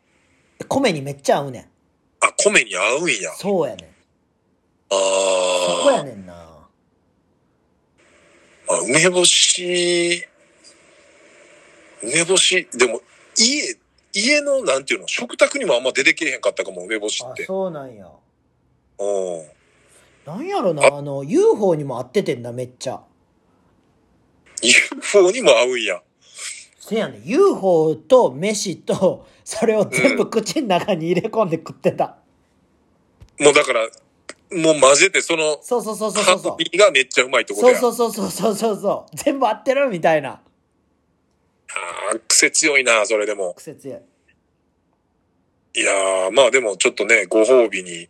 Speaker 1: 米にめっちゃ合うねん。
Speaker 2: あ、米に合うんや。
Speaker 1: そうやねん。
Speaker 2: あ
Speaker 1: そこや
Speaker 2: あ、
Speaker 1: ねんな。
Speaker 2: あ梅干し、梅干し、でも、家、家の、なんていうの、食卓にもあんま出てけえへんかったかも、梅干し
Speaker 1: あ
Speaker 2: っ、て。
Speaker 1: そうなんや。
Speaker 2: うん。
Speaker 1: なんやろな、あの、UFO にも合っててんな、めっちゃ。
Speaker 2: UFO にも合うんや。
Speaker 1: せやねん UFO と飯と、それを全部口の中に入れ込んで食ってた。
Speaker 2: もうだから、もう混ぜて、その、
Speaker 1: そうそうそうそう
Speaker 2: ハ
Speaker 1: そう
Speaker 2: ー
Speaker 1: そ
Speaker 2: ビーがめっちゃうまいってこと
Speaker 1: う。
Speaker 2: や。
Speaker 1: そうそうそうそうそうそう。全部合ってるみたいな。
Speaker 2: ああ、癖強いな、それでも。
Speaker 1: 癖強い。
Speaker 2: いやー、まあでもちょっとね、ご褒美に、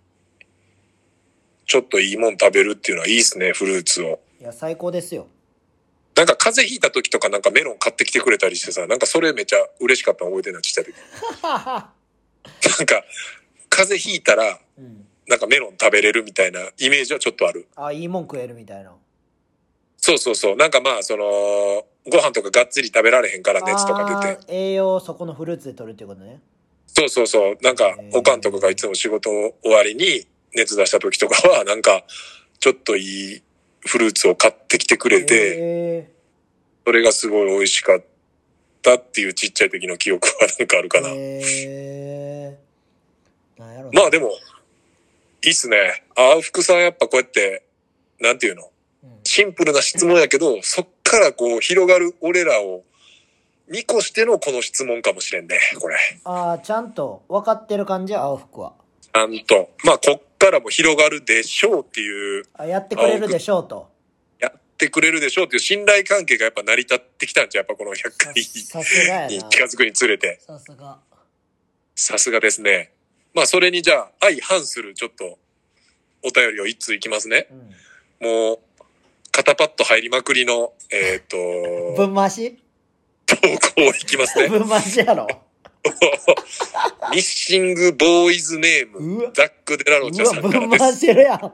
Speaker 2: ちょっといいもん食べるっていうのはいいっすね、フルーツを。
Speaker 1: いや、最高ですよ。
Speaker 2: なんか風邪ひいた時とかなんかメロン買ってきてくれたりしてさ、なんかそれめっちゃ嬉しかったの覚えてるな、ちっちゃい時。なんか、風邪ひいたら、
Speaker 1: うん。
Speaker 2: なんかメロン食べれるみたいなイメージはちょっとある。
Speaker 1: あ、いいもん食えるみたいな。
Speaker 2: そうそうそう。なんかまあ、その、ご飯とかがっつり食べられへんから熱とか出
Speaker 1: あ
Speaker 2: て。
Speaker 1: ー栄養をそこのフルーツで取るっていうことね。
Speaker 2: そうそうそう。なんか
Speaker 1: へ、ー
Speaker 2: おかんとかがいつも仕事終わりに熱出した時とかは、 なんか、ちょっといいフルーツを買ってきてくれて、
Speaker 1: え
Speaker 2: それがすごい美味しかったっていうちっちゃい時の記憶は なんかあるか
Speaker 1: ー、
Speaker 2: な。
Speaker 1: えー、なんやろな
Speaker 2: まあでも、いいっすね。ああ、福さんやっぱこうやって、なんていうの
Speaker 1: うん
Speaker 2: シンプルな質問やけど、そっからこう広がる俺らを見越してのこの質問かもしれんね、これ。
Speaker 1: ああ、ちゃんと分かってる感じ、青服は。
Speaker 2: ちゃんと。まあ、こっからも広がるでしょうっていう、
Speaker 1: あやってくれるでしょうと。
Speaker 2: やってくれるでしょうっていう信頼関係がやっぱ成り立ってきたんじゃう、やっぱこの100
Speaker 1: さ
Speaker 2: 回
Speaker 1: さすが
Speaker 2: に
Speaker 1: やな。
Speaker 2: 近づくにつれて。
Speaker 1: さすが。
Speaker 2: さすがですね。まあ、それにじゃあ、相反するちょっと、お便りを一通いきますね。
Speaker 1: うん。
Speaker 2: もう、肩パッと入りまくりの、えっ、 と、
Speaker 1: ぶん回し
Speaker 2: 投稿をいきますね。
Speaker 1: ぶん回しやろ。
Speaker 2: ミッシングボーイズネー
Speaker 1: うわ
Speaker 2: ム、ザック・デラロチ
Speaker 1: う
Speaker 2: ャさ
Speaker 1: わ、
Speaker 2: ん
Speaker 1: ぶ
Speaker 2: から
Speaker 1: ん
Speaker 2: で
Speaker 1: 回
Speaker 2: す。
Speaker 1: してるやん。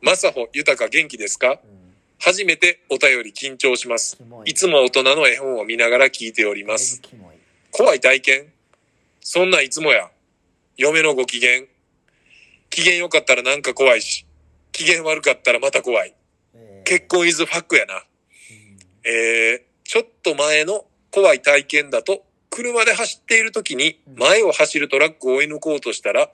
Speaker 2: マサホ、豊か元気ですか初めてお便り緊張します
Speaker 1: キモ。い
Speaker 2: いつも大人の絵本を見ながら聞いており
Speaker 1: マ
Speaker 2: ます
Speaker 1: ジ。キモい。
Speaker 2: 怖い体験そんなんいつもや。嫁のご機嫌。機嫌良かったらなんか怖いし、機嫌悪かったらまた怖い。
Speaker 1: えー
Speaker 2: 結婚イズファックやな。えー、ちょっと前の怖い体験だと、車で走っている時に
Speaker 1: うん
Speaker 2: 前を走るトラックを追い抜こうとしたら、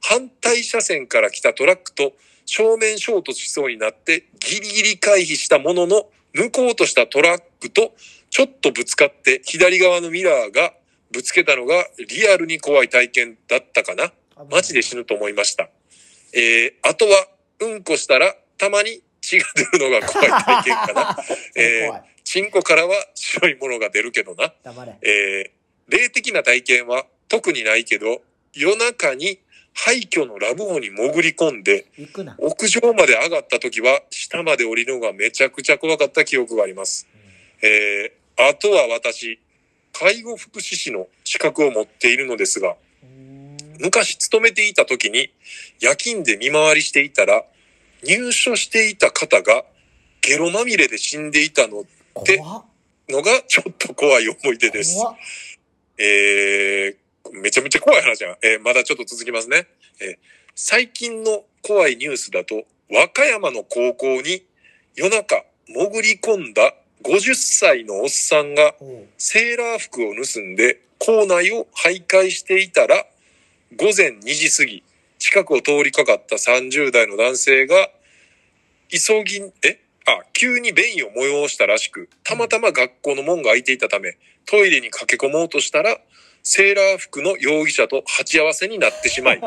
Speaker 2: 反対車線から来たトラックと正面衝突しそうになってギリギリ回避したものの、抜こうとしたトラックとちょっとぶつかって左側のミラーがぶつけたのがリアルに怖い体験だったかな。マジで死ぬと思いました。えー、あとは、うんこしたら、たまに、血が出るのが怖い体験か な。え
Speaker 1: 怖
Speaker 2: ー
Speaker 1: い、
Speaker 2: チンコからは白いものが出るけどな。
Speaker 1: 黙れ。
Speaker 2: えー霊的な体験は特にないけど、夜中に廃墟のラブホに潜り込んで、
Speaker 1: 行くな。
Speaker 2: 屋上まで上がった時は、下まで降りるのがめちゃくちゃ怖かった記憶があります。えーあとは私、介護福祉士の資格を持っているのですが、
Speaker 1: うん
Speaker 2: 昔勤めていた時に夜勤で見回りしていたら入所していた方がゲロまみれで死んでいたので
Speaker 1: 怖っ
Speaker 2: のがちょっと怖い思い出です。
Speaker 1: 怖っ
Speaker 2: えー、めちゃめちゃ怖い話じゃん。えーまだちょっと続きますね。えー最近の怖いニュースだと、和歌山の高校に夜中潜り込んだ50歳のおっさんが
Speaker 1: おう
Speaker 2: セーラー服を盗んで校内を徘徊していたら、午前2時過ぎ、近くを通りかかった30代の男性が、急ぎ、えあ、急に便意を催したらしく、たまたま学校の門が開いていたため、トイレに駆け込もうとしたら、セーラー服の容疑者と鉢合わせになってしまい、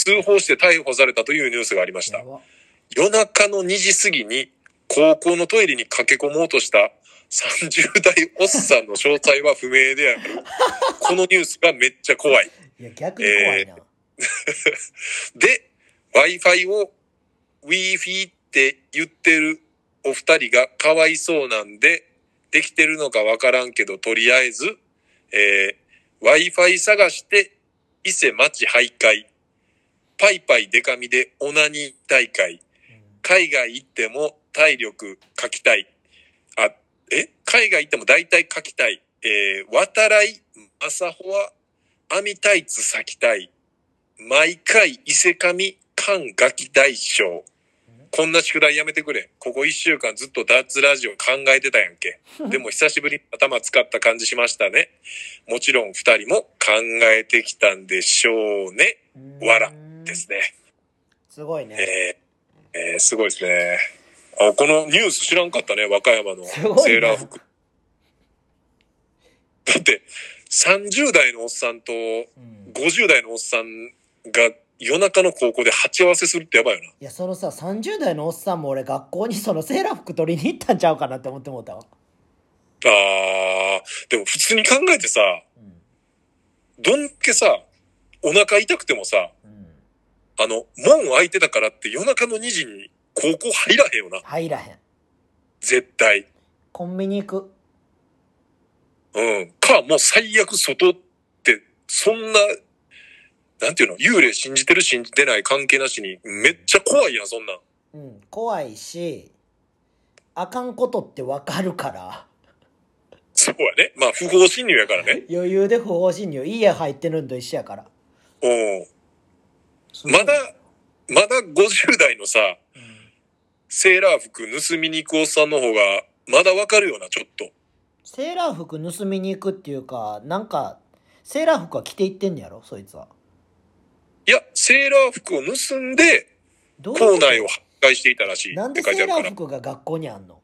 Speaker 2: 通報して逮捕されたというニュースがありました
Speaker 1: や。ば
Speaker 2: 夜中の2時過ぎに高校のトイレに駆け込もうとした30代おっさんの詳細は不明である。このニュースがめっちゃ怖い。
Speaker 1: いや、逆に怖いな。
Speaker 2: で、Wi-Fi を Wi-Fi って言ってるお二人がかわいそうなんで、できてるのかわからんけど、とりあえず、えー、Wi-Fi 探して、伊勢町徘徊。パイパイデカミでオナニー大会。海外行っても体力書きたい。あ、え海外行っても大体書きたい。えー、渡来、朝穂は、網タイツ咲きたい。毎回、伊勢神、関ガキ大将。こんな宿題やめてくれ。ここ一週間ずっと脱ラジオ考えてたやんけ。でも久しぶりに頭使った感じしましたね。もちろん二人も考えてきたんでしょうね。
Speaker 1: うん
Speaker 2: わらですね。
Speaker 1: すごいね。
Speaker 2: えーえーすごいですね。あ、このニュース知らんかったね、和歌山の
Speaker 1: すごいな
Speaker 2: セーラー服。だって、30代のおっさんと
Speaker 1: うん
Speaker 2: 50代のおっさんが夜中の高校で鉢合わせするってやばいよな。
Speaker 1: いや、そのさ、30代のおっさんも俺、学校に そのセーラー服取りに行ったんちゃうかなって思ってもうたわ。
Speaker 2: あー、でも普通に考えてさ、
Speaker 1: うん
Speaker 2: どんだけさ、お腹痛くてもさ、
Speaker 1: うん
Speaker 2: あの、門開いてたからって夜中の2時に高校入らへんよな。
Speaker 1: 入らへん。
Speaker 2: 絶対。
Speaker 1: コンビニ行く。
Speaker 2: うん。か、もう最悪外って、そんな、なんていうの、幽霊信じてる信じてない関係なしに、めっちゃ怖いやん、そんなん。
Speaker 1: うん、怖いし、あかんことってわかるから、
Speaker 2: そうやね。まあ、不法侵入やからね。
Speaker 1: 余裕で不法侵入、家入ってるんと一緒やから。
Speaker 2: うん。まだ、まだ50代のさ、
Speaker 1: うん
Speaker 2: セーラー服盗みに行くおっさんの方が、まだわかるよな、ちょっと。
Speaker 1: セーラー服盗みに行くっていうか、なんか、セーラー服は着ていってんのやろそいつは。
Speaker 2: いや、セーラー服を盗んで、
Speaker 1: どういうこ
Speaker 2: 校
Speaker 1: と
Speaker 2: 内を破壊していたらしい
Speaker 1: なん
Speaker 2: っ
Speaker 1: で
Speaker 2: て書い
Speaker 1: セ
Speaker 2: て
Speaker 1: ー
Speaker 2: ある
Speaker 1: ラ
Speaker 2: か
Speaker 1: ー
Speaker 2: ら。
Speaker 1: 服が学校にあんの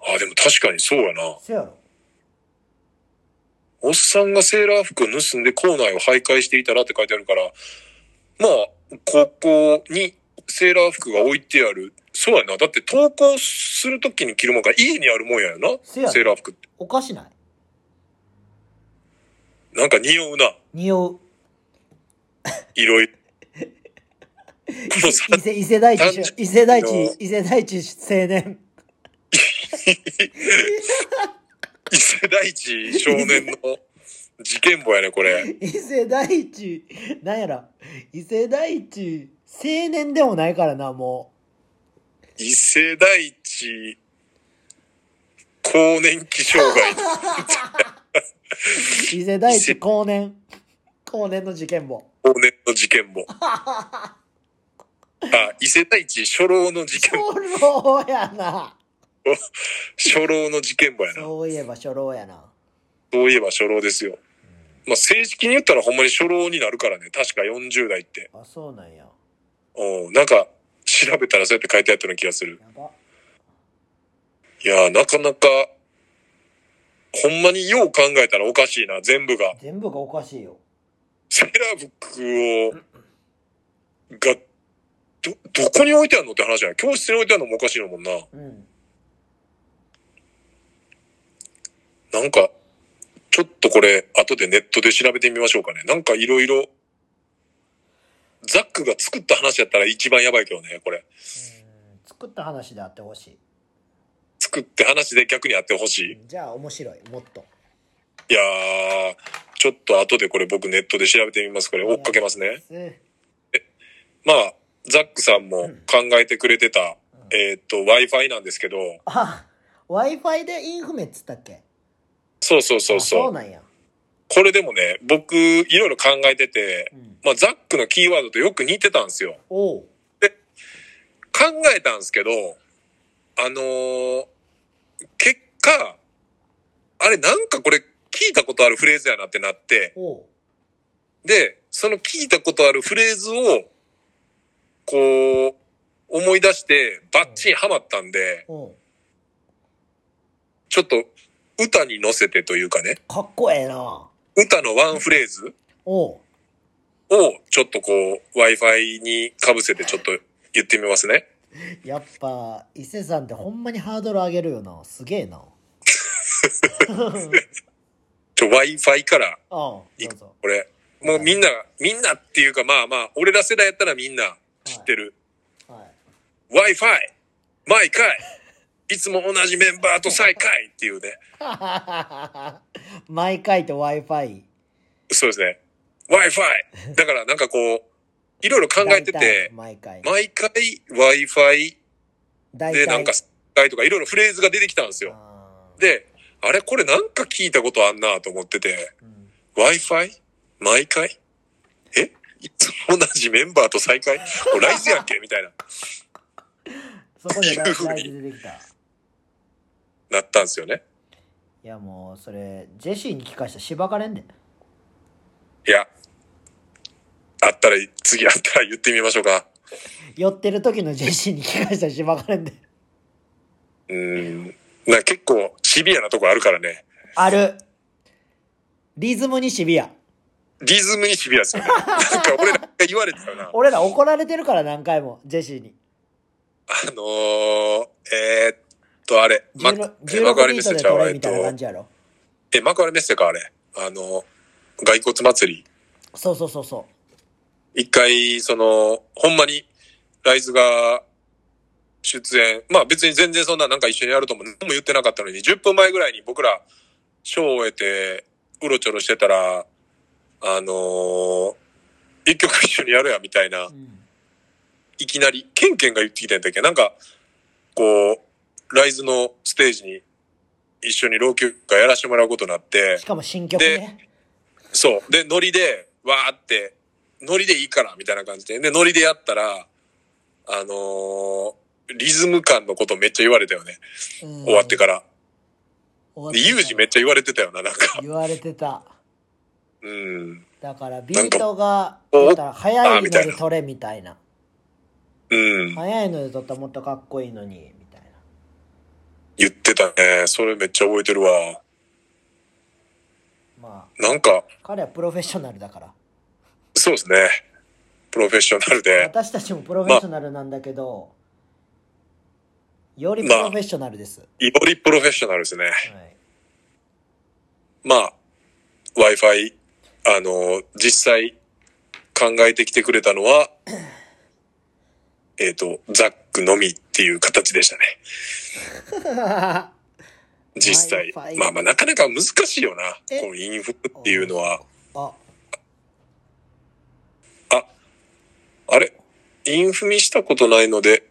Speaker 2: あ、でも確かにそうやな。
Speaker 1: せやろ
Speaker 2: おっさんがセーラー服を盗んで校内を徘徊していたらって書いてあるから、まあ、ここにセーラー服が置いてある。そうやな。だって登校するときに着るもんが家にあるもんやよな。
Speaker 1: せやな
Speaker 2: セーラー服って。
Speaker 1: おかしない
Speaker 2: なんか匂うな。
Speaker 1: 匂う。
Speaker 2: いろいろ。このさ
Speaker 1: 伊勢、伊勢大地
Speaker 2: 単純
Speaker 1: し、
Speaker 2: に
Speaker 1: 伊勢大
Speaker 2: の
Speaker 1: 地、伊勢大地青年。
Speaker 2: 伊勢大地少年の事件簿やね、これ。
Speaker 1: 伊勢大地、なんやら、伊勢大地青年でもないからな、も
Speaker 2: 伊勢大地、更年期障害。
Speaker 1: う。伊勢大地後年。後年の事件簿。
Speaker 2: 往年の 事件も。あ、伊勢大地初老の事
Speaker 1: 初
Speaker 2: 件も、
Speaker 1: 老やな。
Speaker 2: 初老の事件もやな。
Speaker 1: そういえば初老やな。
Speaker 2: そういえば初老ですよ。まあ、正式に言ったらほんまに初老になるからね。確か40代って。
Speaker 1: あ、そうなんや。
Speaker 2: うん、なんか、調べたらそうやって書いてあったような気がする。
Speaker 1: やば。
Speaker 2: いやー、なかなか、ほんまによう考えたらおかしいな、全部が。
Speaker 1: 全部がおかしいよ。
Speaker 2: セーラー服を、が、ど、どこに置いてあるのって話じゃない教室に置いてあるのもおかしいのもんな。
Speaker 1: うん。
Speaker 2: なんか、ちょっとこれ、後でネットで調べてみましょうかね。なんかいろいろ、ザックが作った話やったら一番やばいけどね、これ。
Speaker 1: 作った話であってほし
Speaker 2: 作って話で逆にあってほしい。
Speaker 1: い。じゃあ面白い、もっと。
Speaker 2: いやー、ちょっと後でこれ僕ネットで調べてみます。これ追っかけますね。
Speaker 1: うん。
Speaker 2: まあ、ザックさんも考えてくれてた、えーっと、Wi-Fi なんですけど、
Speaker 1: あ、Wi-Fi でインフメっつったっけ
Speaker 2: そうそうそう
Speaker 1: あ
Speaker 2: そ
Speaker 1: そう
Speaker 2: う。
Speaker 1: なんや。
Speaker 2: これでもね、僕、いろいろ考えてて
Speaker 1: う、ん。
Speaker 2: まあ、ザックのキーワードとよく似てたんですよ。
Speaker 1: おう。
Speaker 2: 考えたんですけど、あのー結果、あれなんかこれ聞いたことあるフレーズやなってなって、
Speaker 1: おう。
Speaker 2: で、その聞いたことあるフレーズを、こう、思い出してバッチリハマったんで、
Speaker 1: うん。
Speaker 2: ちょっと歌に乗せてというかね、
Speaker 1: かっこええな。
Speaker 2: 歌のワンフレーズ
Speaker 1: おう。
Speaker 2: をちょっとこう Wi-Fi に被せてちょっと言ってみますね。
Speaker 1: やっぱ、伊勢さんってほんまにハードル上げるよな。すげえ な。
Speaker 2: ちょ Wi-Fi から
Speaker 1: あど
Speaker 2: いうく
Speaker 1: ぞ。
Speaker 2: これ。もうみんな、みんなっていうかまあまあ、俺ら世代やったらみんな知ってる。
Speaker 1: はい。
Speaker 2: Wi-Fi! 毎回いつも同じメンバーと再会っていうね。
Speaker 1: 毎回と Wi-Fi。
Speaker 2: そうですね。Wi-Fi! だからなんかこう、いろいろ考えてて、
Speaker 1: 毎回。
Speaker 2: 毎回 Wi-Fi
Speaker 1: 大
Speaker 2: でなんか、とかいろいろフレーズが出てきたんですよ。
Speaker 1: あー
Speaker 2: で、あれこれなんか聞いたことあんなと思ってて、
Speaker 1: うん
Speaker 2: Wi-Fi? 毎回えいつも同じメンバーと再会もうライズやんけみたいな、
Speaker 1: そこでライ
Speaker 2: いうふうに
Speaker 1: ライブ出てきた。い
Speaker 2: なったんですよね。
Speaker 1: やもう、それ、ジェシーに聞かしたらしばかれんで。
Speaker 2: いや、あったら、次あったら言ってみましょうか。
Speaker 1: 寄ってる時のジェシーに聞かしたらしばかれんで。
Speaker 2: うーん。なんか結構シビアなとこあるからね。
Speaker 1: ある。リズムにシビア。
Speaker 2: リズムにシビアですよね。なんか俺なんか言われてたよな。あ
Speaker 1: 俺ら怒られてるから何回も、ジェシーに。
Speaker 2: のー、えー、っと、あれ、ま
Speaker 1: 16
Speaker 2: え幕張
Speaker 1: ビ
Speaker 2: メッ
Speaker 1: ート
Speaker 2: セ
Speaker 1: で
Speaker 2: ちゃう
Speaker 1: 取
Speaker 2: わ、
Speaker 1: れ
Speaker 2: えっ
Speaker 1: み
Speaker 2: と
Speaker 1: たい、な感じやろ。
Speaker 2: え、幕張メッセか、あれ。あのー、骸骨祭り。
Speaker 1: そうそうそうそ
Speaker 2: 一回、その、ほんまに、ライズが、出演。まあ別に全然そんななんか一緒にやるとも何も言ってなかったのに、10分前ぐらいに僕ら、ショーを終えて、うろちょろしてたら、あのー一曲一緒にやるや、みたいな
Speaker 1: う。う、ん。
Speaker 2: いきなり、ケンケンが言ってきたんだっけなんか、こう、ライズのステージに、一緒に老朽化やらせてもらうことになって
Speaker 1: し、かも新曲ね。
Speaker 2: そう。で、ノリで、わーって、ノリでいいから、みたいな感じで。で、ノリでやったら、あのーリズム感のことめっちゃ言われたよね。終
Speaker 1: 終
Speaker 2: わってから。で、
Speaker 1: 終
Speaker 2: ユ
Speaker 1: わってか
Speaker 2: ー
Speaker 1: ら
Speaker 2: ジめっちゃ言われてたよな、なんか。
Speaker 1: 言われてた。
Speaker 2: うん。
Speaker 1: だからビートが、
Speaker 2: お
Speaker 1: だから早いの
Speaker 2: みたい
Speaker 1: で
Speaker 2: な
Speaker 1: 取れみたいな。
Speaker 2: うん。
Speaker 1: 早いので取ったらもっとかっこいいのに、みたいな。
Speaker 2: 言ってたね。それめっちゃ覚えてるわ。
Speaker 1: まあ、
Speaker 2: なんか、
Speaker 1: 彼はプロフェッショナルだから。
Speaker 2: そうですね。プロフェッショナルで。
Speaker 1: 私たちもプロフェッショナルなんだけど、よりプロフェッショナルです。
Speaker 2: よりプロフェッショナルですね。
Speaker 1: はい。
Speaker 2: まあ、Wi-Fi、あのー実際考えてきてくれたのは、えっと、ザックのみっていう形でしたね。実際
Speaker 1: Wi-Fi。
Speaker 2: まあまあ、なかなか難しいよな。
Speaker 1: え
Speaker 2: このインフルっていうのは。
Speaker 1: あ、
Speaker 2: あれインフミしたことないので。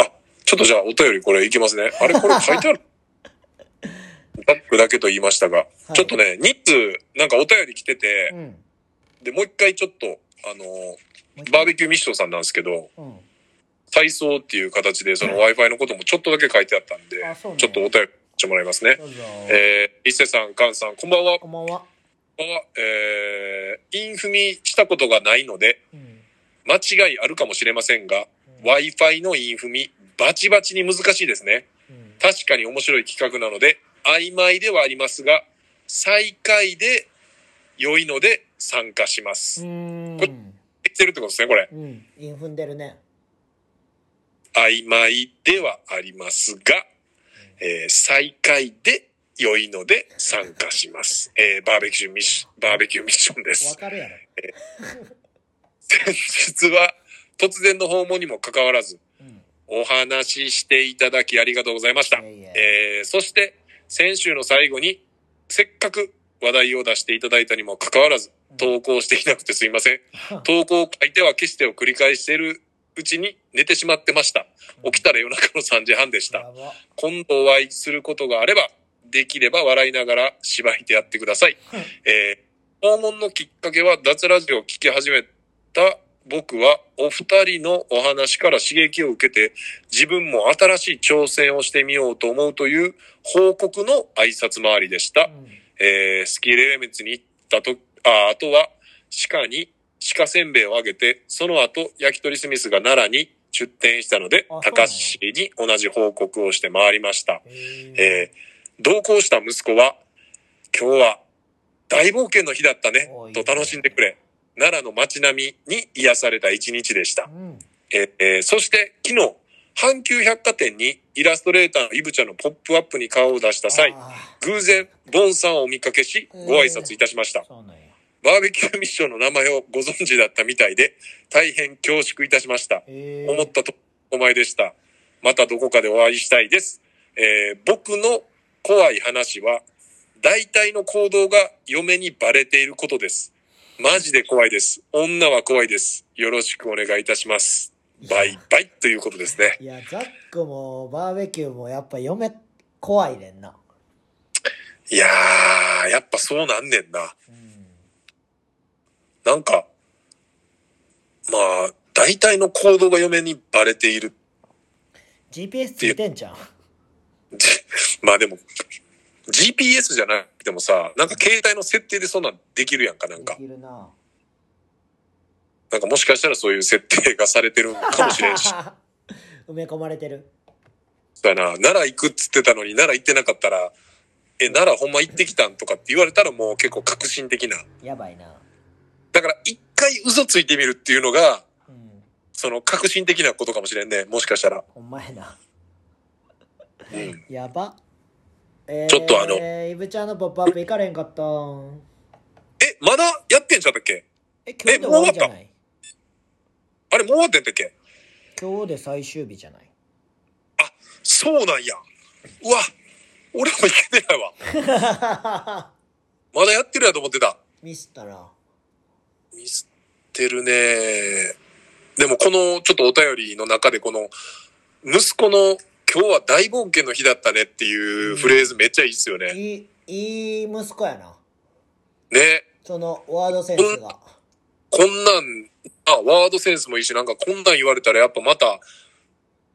Speaker 2: あ、ちょっとじゃあお便りこれいきますね。あれこれ書いて あるザックだけと言いましたが、
Speaker 1: い
Speaker 2: ちょっとね、日通、なんかお便り来てて、
Speaker 1: うん。
Speaker 2: で、もう一回ちょっと、あの
Speaker 1: もう
Speaker 2: ー
Speaker 1: 一
Speaker 2: バー
Speaker 1: 回
Speaker 2: ベキューミッションさんなんですけど、
Speaker 1: うん。
Speaker 2: 体操っていう形で、その Wi-Fi のこともちょっとだけ書いてあったんで、
Speaker 1: あそうね
Speaker 2: ちょっとお便りしてもらいますね
Speaker 1: ど。うぞ。
Speaker 2: えー、伊勢さん、菅さん、こんばんは。
Speaker 1: こ
Speaker 2: こ
Speaker 1: んばんは。
Speaker 2: んばんは。えー、インフミしたことがないので、
Speaker 1: うん。
Speaker 2: 間違いあるかもしれませんが、
Speaker 1: うん
Speaker 2: Wi-Fi のインフミ、バチバチに難しいですね。
Speaker 1: うん
Speaker 2: 確かに面白い企画なので、曖昧ではありますが、最下位で良いので参加します。
Speaker 1: うーん。
Speaker 2: でてるってことですね、これ。
Speaker 1: うん。イン踏んでるね。
Speaker 2: 曖昧ではありますが、えー再開で良いので参加します。えーバーベキューミッション、バーベキューミッションで
Speaker 1: わ
Speaker 2: す。
Speaker 1: かるやろ。
Speaker 2: 先日は突然の訪問にもかかわらず、
Speaker 1: うん。
Speaker 2: お話ししていただきありがとうございました。
Speaker 1: いえい
Speaker 2: えーそして、先週の最後に、せっかく話題を出していただいたにもかかわらず、投稿していなくてすいません。投稿相手は消してを繰り返しているうちに寝てしまってました。起きたら夜中の3時半でした
Speaker 1: や。ば。
Speaker 2: 今度お会いすることがあれば、できれば笑いながら芝居でやってください。えー訪問のきっかけは脱ラジオを聞き始めた僕はお二人のお話から刺激を受けて自分も新しい挑戦をしてみようと思うという報告の挨拶回りでした
Speaker 1: う。ん
Speaker 2: えースキーレレメツに行ったと、あ、あとは鹿に鹿せんべいをあげて、その後焼き鳥スミスが奈良に出店したので
Speaker 1: あそうな、の
Speaker 2: 高橋に同じ報告をして回りました。
Speaker 1: へ
Speaker 2: えー同行した息子は、今日は大冒険の日だったね
Speaker 1: おい、
Speaker 2: と楽しんでくれ。奈良の街並みに癒された一日でした
Speaker 1: ー。うん。
Speaker 2: えーえーそして昨日、阪急百貨店にイラストレーターのイブちゃんのポップアップに顔を出した際、
Speaker 1: あ
Speaker 2: 偶然、ボンさんをお見かけし、
Speaker 1: うん
Speaker 2: ご挨拶いたしました
Speaker 1: ー。そうなんや。
Speaker 2: バーベキューミッションの名前をご存知だったみたいで、大変恐縮いたしました。
Speaker 1: えー
Speaker 2: 思ったとお前でした。またどこかでお会いしたいです。えー僕の怖い話は、大体の行動が嫁にバレていることです。マジで怖いです。女は怖いです。よろしくお願いいたします。バイバイということですね。
Speaker 1: いや、ザックもバーベキューもやっぱ嫁怖いねんな。
Speaker 2: いやー、やっぱそうなんねんな。
Speaker 1: うん。
Speaker 2: なんか、まあ、大体の行動が嫁にバレている。
Speaker 1: GPS ついてんじゃん。
Speaker 2: じまあでも、GPS じゃなくてもさ、なんか携帯の設定でそんなんできるやんか、な
Speaker 1: で
Speaker 2: んか。
Speaker 1: きるな。
Speaker 2: なんかもしかしたらそういう設定がされてるかもしれんし。
Speaker 1: 埋め込まれてる。
Speaker 2: そうやな、奈良行くっつってたのに奈良行ってなかったら、え、奈良ほんま行ってきたんとかって言われたらもう結構革新的な。
Speaker 1: やばいな。
Speaker 2: だから一回嘘ついてみるっていうのが、
Speaker 1: うん。
Speaker 2: その革新的なことかもしれんね、もしかしたら。
Speaker 1: ほんまやな。
Speaker 2: うん。
Speaker 1: やば。えー、
Speaker 2: ちょっとあの
Speaker 1: イブちゃんのポップアップ行かれんかったん。
Speaker 2: え、まだやってんじゃったっけ
Speaker 1: え、今日で終わりじゃない
Speaker 2: あれもう終わってんだっけ
Speaker 1: 今日で最終日じゃない
Speaker 2: そうなんや。うわ、俺も行けてないわ。まだやってるやと思ってた。
Speaker 1: ミスったな。
Speaker 2: ミスってるね。でもこのちょっとお便りの中でこの、息子の今日は大冒険の日だったねっていうフレーズめっちゃいいっすよね。
Speaker 1: いい、いい息子やな。
Speaker 2: ね。
Speaker 1: そのワードセンスが。
Speaker 2: こんなん、あ、ワードセンスもいいし、なんかこんなん言われたらやっぱまた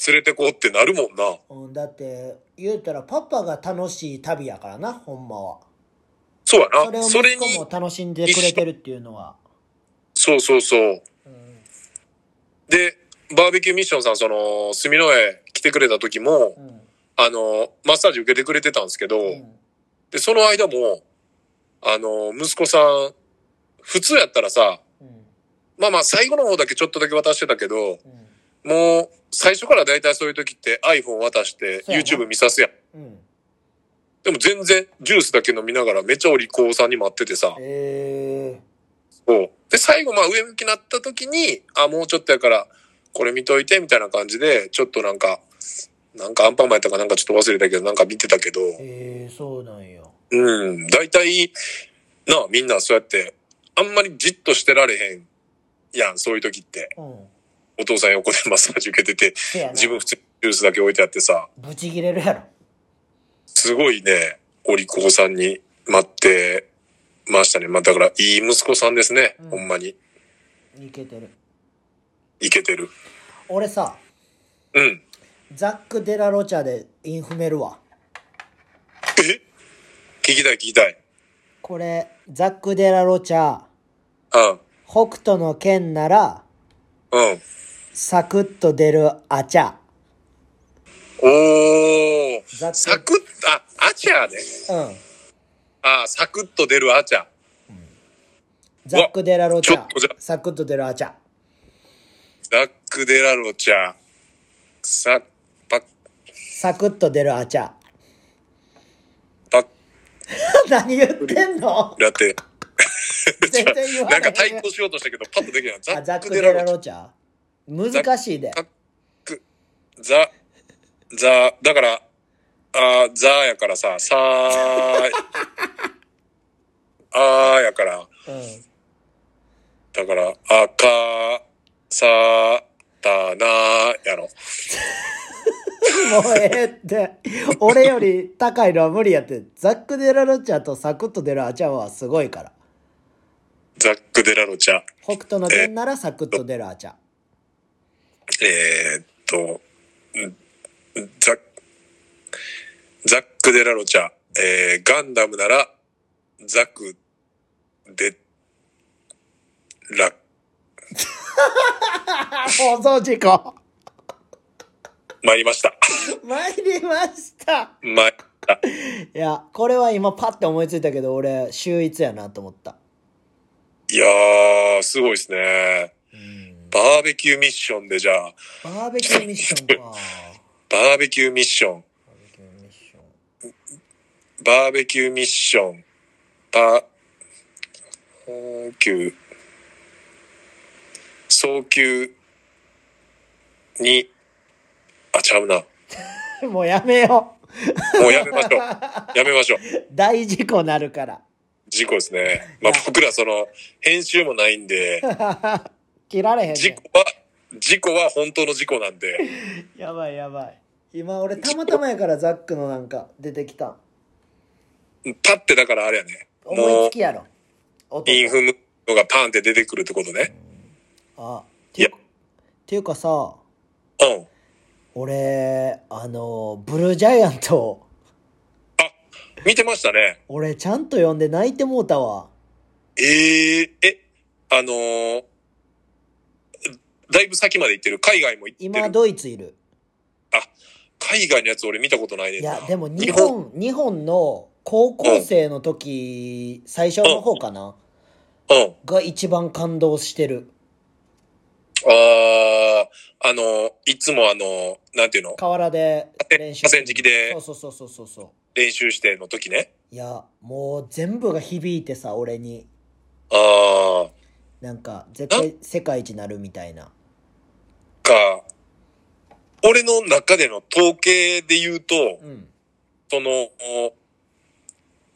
Speaker 2: 連れてこうってなるもんな。
Speaker 1: うん、だって、言うたらパパが楽しい旅やからな、ほんまは。
Speaker 2: そうやな。
Speaker 1: それを
Speaker 2: それ
Speaker 1: 息
Speaker 2: に、
Speaker 1: 子も楽しんでくれてるっていうのは。
Speaker 2: そうそうそう。
Speaker 1: うん。
Speaker 2: で、バーベキューミッションさん、その、住之江来てくれた時も
Speaker 1: う、ん。
Speaker 2: あの、マッサージ受けてくれてたんですけど、
Speaker 1: うん
Speaker 2: で、その間も、あの、息子さん、普通やったらさ、
Speaker 1: うん。
Speaker 2: まあまあ最後の方だけちょっとだけ渡してたけ
Speaker 1: う
Speaker 2: ど、
Speaker 1: ん。
Speaker 2: もう最初から大体そういう時って iPhone 渡して
Speaker 1: そうやな
Speaker 2: YouTube 見さすやん。
Speaker 1: うん。
Speaker 2: でも全然ジュースだけ飲みながらめっちゃお利口さんに待っててさ。
Speaker 1: え
Speaker 2: そうで、最後まあ上向きになった時に、あ、もうちょっとやからこれ見といてみたいな感じで、ちょっとなんか、なんかアンパンマンやったかなんかちょっと忘れたけど、なんか見てたけど、
Speaker 1: ー、えー、そうなんよ。
Speaker 2: うん、大体、なあ、みんなそうやって、あんまりじっとしてられへんやん、そういう時って。
Speaker 1: うん。
Speaker 2: お父さん横でマッサージ受けてて、
Speaker 1: せやな。
Speaker 2: 自分普通にジュースだけ置いてあってさ、
Speaker 1: ブチ切れるやろ。
Speaker 2: すごいね、お利口さんに待ってましたね。まあだから、いい息子さんですね、
Speaker 1: うん
Speaker 2: ほんまに。
Speaker 1: いけてる。
Speaker 2: いけてる。
Speaker 1: 俺さ、
Speaker 2: うん。
Speaker 1: ザック・デラロチャでインフメるわ。
Speaker 2: え聞きたい聞きたい。
Speaker 1: これ、ザック・デラロチャ、
Speaker 2: うん。
Speaker 1: 北斗の剣なら、
Speaker 2: うん。
Speaker 1: サクッと出るアチャ。
Speaker 2: おー。
Speaker 1: ザ
Speaker 2: サ
Speaker 1: ック、
Speaker 2: クッ、あ、アチャーね。
Speaker 1: うん。
Speaker 2: あーサクッと出るアチャー。
Speaker 1: ザック・デラロチ
Speaker 2: ちょ
Speaker 1: ャ
Speaker 2: っとじゃ、
Speaker 1: サクッと出るアチャ。
Speaker 2: ザック・デラロちゃん。さ、パッ、
Speaker 1: サクッと出るあちゃ。
Speaker 2: パッ
Speaker 1: 何言ってんの
Speaker 2: ラテ。
Speaker 1: 全然言わな
Speaker 2: ないんか対抗しようとしたけど、パッとできない。ザ
Speaker 1: あザ
Speaker 2: ッ
Speaker 1: ッ
Speaker 2: ク・
Speaker 1: ク・
Speaker 2: デ
Speaker 1: デ
Speaker 2: ラ
Speaker 1: ラ
Speaker 2: ロ
Speaker 1: ロチャ難しいで。
Speaker 2: ザック、ザ、ザ、だから、あーザーやからさ、さー、 あーやから、
Speaker 1: うん
Speaker 2: だから、あか、さー、たなーやろ。
Speaker 1: もうええって。俺より高いのは無理やって。ザック・デラロチャとサクッと出るあちゃはすごいから。
Speaker 2: ザック・デラロちゃん。
Speaker 1: 北斗の拳ならサクッと出るあちゃ。
Speaker 2: えーっと、んザック、ザック・デラロチャ、えー、ガンダムなら、ザク、デ、ラ、
Speaker 1: あ、放送事故。
Speaker 2: 参りました。
Speaker 1: 参りました。
Speaker 2: 参った。
Speaker 1: いや、これは今パッて思いついたけど、俺、秀逸やなと思った。
Speaker 2: いやー、すごいですね。バーベキューミッションで、じゃあ、
Speaker 1: バーベキューミッションか。
Speaker 2: バーベキューミッション、
Speaker 1: バーベキューミッション。
Speaker 2: バーベキューミッション、バー、バーキュー、早急に、あ、ちゃうな。
Speaker 1: もうやめよ
Speaker 2: もうやめましょう。やめましょう。
Speaker 1: う。大事故なるから。
Speaker 2: 事故ですね。まあ
Speaker 1: いや
Speaker 2: 僕らその、編集もないんで、
Speaker 1: 切られへんねん
Speaker 2: 事故は、事故は本当の事故なんで、
Speaker 1: やばいやばい。今俺たまたまやからザックのなんか出てきたん。
Speaker 2: パってだからあれやね。
Speaker 1: 思
Speaker 2: も
Speaker 1: いうつ、きやろ。音
Speaker 2: インフムのがパンって出てくるってことね。
Speaker 1: あ、ていう
Speaker 2: いや
Speaker 1: ていうかさ、
Speaker 2: うん。
Speaker 1: 俺、あの、ブルージャイアント、
Speaker 2: 見てましたね。
Speaker 1: 俺ちゃんと読んで泣いてもうたわ。
Speaker 2: えええ、あのーだいぶ先まで行ってる。海外も行って
Speaker 1: 今
Speaker 2: る。
Speaker 1: ドイツいる。
Speaker 2: 海外のやつ俺見たことないねん
Speaker 1: い
Speaker 2: な。
Speaker 1: や、でも日本、日本の高校生の時、最初の方かな
Speaker 2: 日本。うん。
Speaker 1: が一番感動してる。
Speaker 2: ああ、あのーいつもあのーなんていうの、
Speaker 1: 河原で練習
Speaker 2: 河川敷で
Speaker 1: そうそうそうそうそう
Speaker 2: 練習しての時ね。
Speaker 1: いやもう全部が響いてさ俺に
Speaker 2: ああ、
Speaker 1: なんか絶対世界一なるみたいな
Speaker 2: か、俺の中での統計で言うと、
Speaker 1: うん
Speaker 2: その、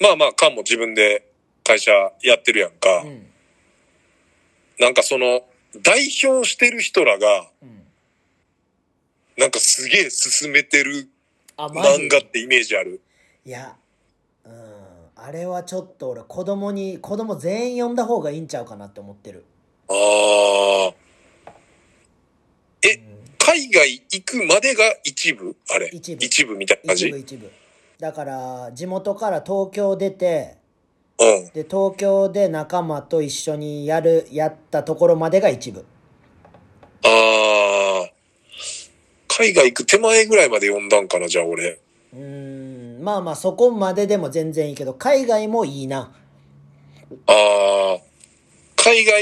Speaker 2: まあまあ、カンも自分で会社やってるやんか。
Speaker 1: うん
Speaker 2: なんかその、代表してる人らが、
Speaker 1: うん
Speaker 2: なんかすげえ進めてる
Speaker 1: あマジ
Speaker 2: 漫画ってイメージある。
Speaker 1: いやうんあれはちょっと俺子供に子供全員呼んだ方がいいんちゃうかなって思ってる
Speaker 2: ああ。え
Speaker 1: うん、
Speaker 2: 海外行くまでが一部あれ
Speaker 1: 一部
Speaker 2: みたいな感
Speaker 1: 一
Speaker 2: じう
Speaker 1: 部
Speaker 2: ん。
Speaker 1: 一部だから地元から東京出てで東京で仲間と一緒にやるやったところまでが一部
Speaker 2: ああ。海外行く手前ぐらいまで読んだんかな、じゃあ俺。
Speaker 1: うーんまあまあそこまででも全然いいけど海外もいいな
Speaker 2: ああ。海外、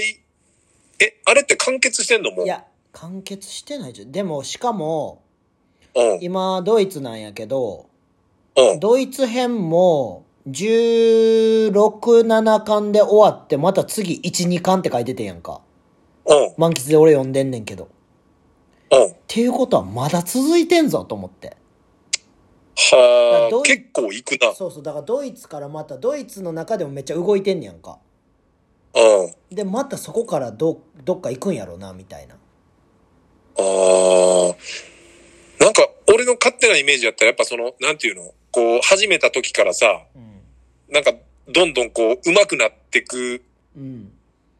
Speaker 2: え、あれって完結してんのもう。
Speaker 1: いや完結してないじゃんでもしかも
Speaker 2: うん。うん。
Speaker 1: 今ドイツなんやけど
Speaker 2: うん。
Speaker 1: ドイツ編も167巻で終わってまた次12巻って書いててんやんか
Speaker 2: うん。
Speaker 1: 満喫で俺読んでんねんけどっ
Speaker 2: は
Speaker 1: ていうことはまだ続いてんぞと思って
Speaker 2: あ
Speaker 1: だどう。
Speaker 2: 結構行くな。
Speaker 1: そうそうだからドイツからまたドイツの中でもめっちゃ動いてんねやんか
Speaker 2: うん。
Speaker 1: でまたそこからどどっか行くんやろなみたいな
Speaker 2: ああ。なんか、俺の勝手なイメージだったら、やっぱその、なんていうのこう、始めた時からさ、
Speaker 1: うん
Speaker 2: なんか、どんどんこう、上手くなってく
Speaker 1: うん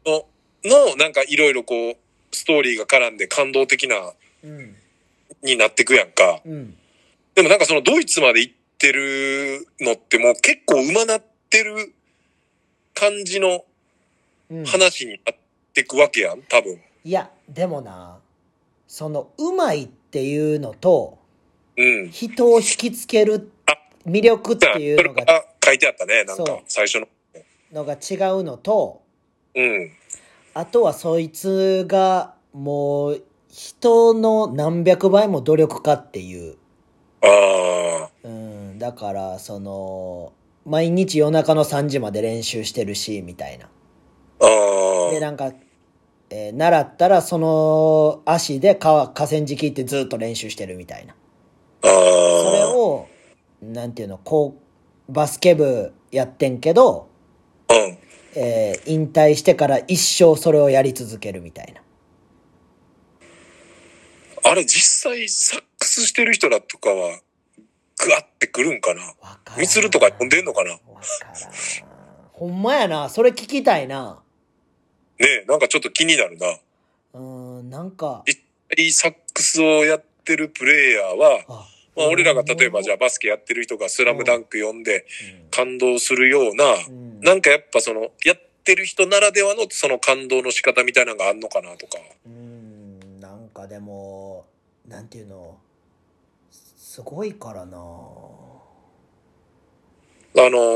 Speaker 2: の、の、なんかいろいろこう、ストーリーが絡んで感動的な、
Speaker 1: うん
Speaker 2: になってくやんか。
Speaker 1: うん
Speaker 2: でもなんかそのドイツまで行ってるのってもう結構上なってる感じの
Speaker 1: うん
Speaker 2: 話になってくわけやん、多分。
Speaker 1: いやでもなそのうまいっていうのと
Speaker 2: うん。
Speaker 1: 人を引きつける魅力って
Speaker 2: だから
Speaker 1: いう
Speaker 2: そ
Speaker 1: のが
Speaker 2: れが書いてあったね、なん
Speaker 1: そう
Speaker 2: か、最初の。
Speaker 1: のが違うのと
Speaker 2: うん。
Speaker 1: あとはそいつがもう人の何百倍も努力家っていう。
Speaker 2: ああ、
Speaker 1: うん、だから、その、毎日夜中の3時まで練習してるし、みたいな。
Speaker 2: あ
Speaker 1: で、
Speaker 2: あ、
Speaker 1: なんか、えー習ったらその足で川、河川敷行ってずっと練習してるみたいな。
Speaker 2: あ
Speaker 1: それ
Speaker 2: あ、
Speaker 1: を、なんていうの、こう、バスケ部やってんけど、
Speaker 2: うん。
Speaker 1: えー引退してから一生それをやり続けるみたいな。
Speaker 2: あれ実際サックスしてる人らとかは、グワってくるんかな
Speaker 1: わからん
Speaker 2: ミツルとか呼んでんのかなね
Speaker 1: わからん。ほんまやな。それ聞きたいな。
Speaker 2: え、なんかちょっと気になるな。
Speaker 1: うーん、なんか。
Speaker 2: 実際サックスをやってるプレイヤーは、
Speaker 1: あ
Speaker 2: まあ俺らが例えばじゃあバスケやってる人がスラムダンク読んで感動するような、
Speaker 1: うん
Speaker 2: なんかやっぱその、やってる人ならではのその感動の仕方みたいなのがあんのかなとか。
Speaker 1: うーんなんかでもなんていうのすごいからな
Speaker 2: あの、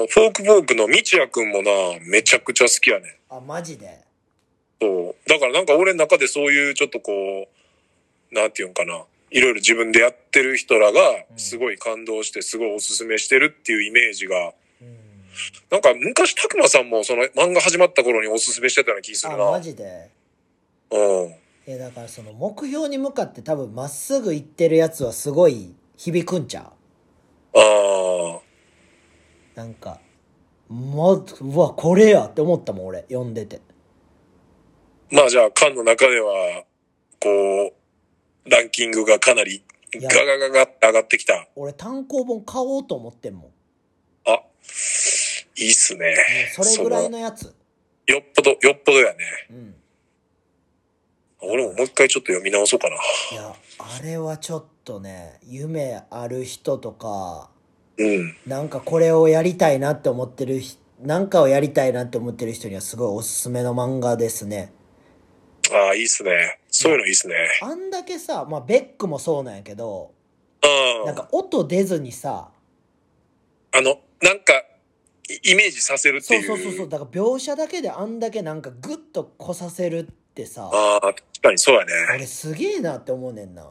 Speaker 2: フォークフォークの道也くんもな、めちゃくちゃ好きやね。
Speaker 1: あマジで
Speaker 2: そう。だからなんか俺の中でそういうちょっとこう、なんていうんかな。いろいろ自分でやってる人らが
Speaker 1: ん
Speaker 2: すごい感動してすごいおすすめしてるっていうイメージが、
Speaker 1: うん
Speaker 2: なんか昔たくまさんもその漫画始まった頃におすすめしてたような気す
Speaker 1: あ
Speaker 2: るな。
Speaker 1: マジで
Speaker 2: うん。
Speaker 1: いやだからその目標に向かって多分まっすぐ行ってるやつはすごい響くんちゃ
Speaker 2: ああ。
Speaker 1: うなんかもううわこれやって思ったもん俺読んでて
Speaker 2: まあじゃあ、缶の中では、こう、ランキングがかなり
Speaker 1: いや
Speaker 2: ガガガガって上がってきた。
Speaker 1: 俺単行本買おうと思ってんもんも
Speaker 2: あ、いいっすね。
Speaker 1: うそれぐらい
Speaker 2: の。
Speaker 1: のやつ
Speaker 2: よっぽど、よっぽどやね。
Speaker 1: うん
Speaker 2: 俺ももう一回ちょっと読み直そうかな。
Speaker 1: いやあれはちょっとね夢ある人とか
Speaker 2: うん。
Speaker 1: なんかこれをやりたいなって思ってる人、なんかをやりたいなって思ってる人にはすごいおすすめの漫画ですね。
Speaker 2: ああ、いいっすね。そういうのいいっすね。
Speaker 1: あんだけさ、まあ、ベックもそうなんやけど、
Speaker 2: う
Speaker 1: なん
Speaker 2: ん。
Speaker 1: か音出ずにさ、
Speaker 2: あの、なんか、イイメージさせるって
Speaker 1: そう
Speaker 2: いう。
Speaker 1: そうそうそう、だから描写だけであんだけなんかグッとこさせるってさ、
Speaker 2: ああ、確かにそうやね。
Speaker 1: 俺すげえなって思うねんな。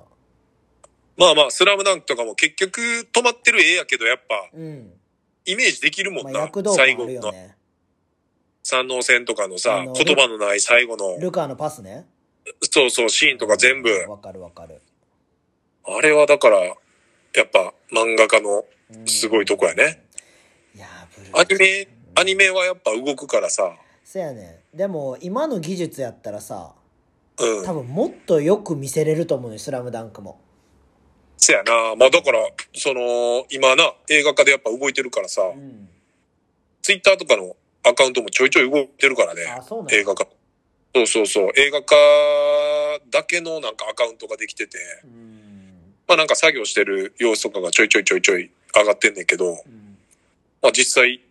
Speaker 2: まあまあ、スラムダンクとかも結局止まってる絵やけど、やっぱ、
Speaker 1: うん。
Speaker 2: イメージできるも
Speaker 1: ま
Speaker 2: ん
Speaker 1: あ、
Speaker 2: な。
Speaker 1: 躍動感あ
Speaker 2: 最後
Speaker 1: るよ
Speaker 2: の
Speaker 1: ね。
Speaker 2: 三能戦とかのさ
Speaker 1: あの、
Speaker 2: 言葉のない最後の、
Speaker 1: ルカのパスね。
Speaker 2: そうそう、シーンとか全部。
Speaker 1: わかるわかる。
Speaker 2: あれはだから、やっぱ漫画家の
Speaker 1: うん
Speaker 2: すごいとこやね。
Speaker 1: いやーブルー
Speaker 2: アニメ、アニメはやっぱ動くからさ、
Speaker 1: そやねん。でも今の技術やったらさ、
Speaker 2: うん。
Speaker 1: 多分もっとよく見せれると思うよ「スラムダンクも
Speaker 2: せやな。まあだから、その、今な、映画化でやっぱ動いてるからさ、
Speaker 1: うん
Speaker 2: ツイッターとかのアカウントもちょいちょい動いてるからね
Speaker 1: あ。そうなんや
Speaker 2: 映画化。そうそうそう。映画化だけのなんかアカウントができてて、
Speaker 1: うん
Speaker 2: まあなんか作業してる様子とかがちょいちょいちょいちょい上がってんねんけど、
Speaker 1: うん
Speaker 2: まあ実際、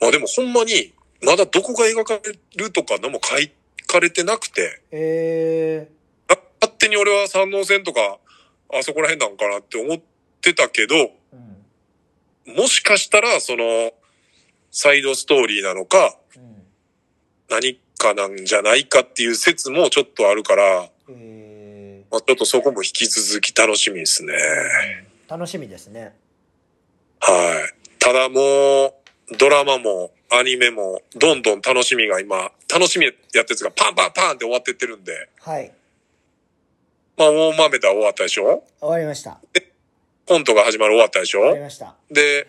Speaker 2: まあでもほんまに、まだどこが描かれるとか何も書かれてなくて、
Speaker 1: え
Speaker 2: あ勝手に俺は山王線とか、あそこら辺なんかなって思ってたけど、
Speaker 1: ーうん
Speaker 2: もしかしたら、その、サイドストーリーなのか、
Speaker 1: うん
Speaker 2: 何かなんじゃないかっていう説もちょっとあるから、
Speaker 1: え
Speaker 2: まあ、ちょっとそこも引き続き楽しみですね。
Speaker 1: ー楽しみですね
Speaker 2: はい。ただもう、ドラマもアニメも、どんどん楽しみが今、楽しみやったやつがパンパンパンって終わってってるんで、
Speaker 1: はい
Speaker 2: まあ、大豆だ終わったでしょ
Speaker 1: 終わりました
Speaker 2: コントが始まる終わったでし
Speaker 1: 終わり
Speaker 2: ょ
Speaker 1: ました
Speaker 2: で、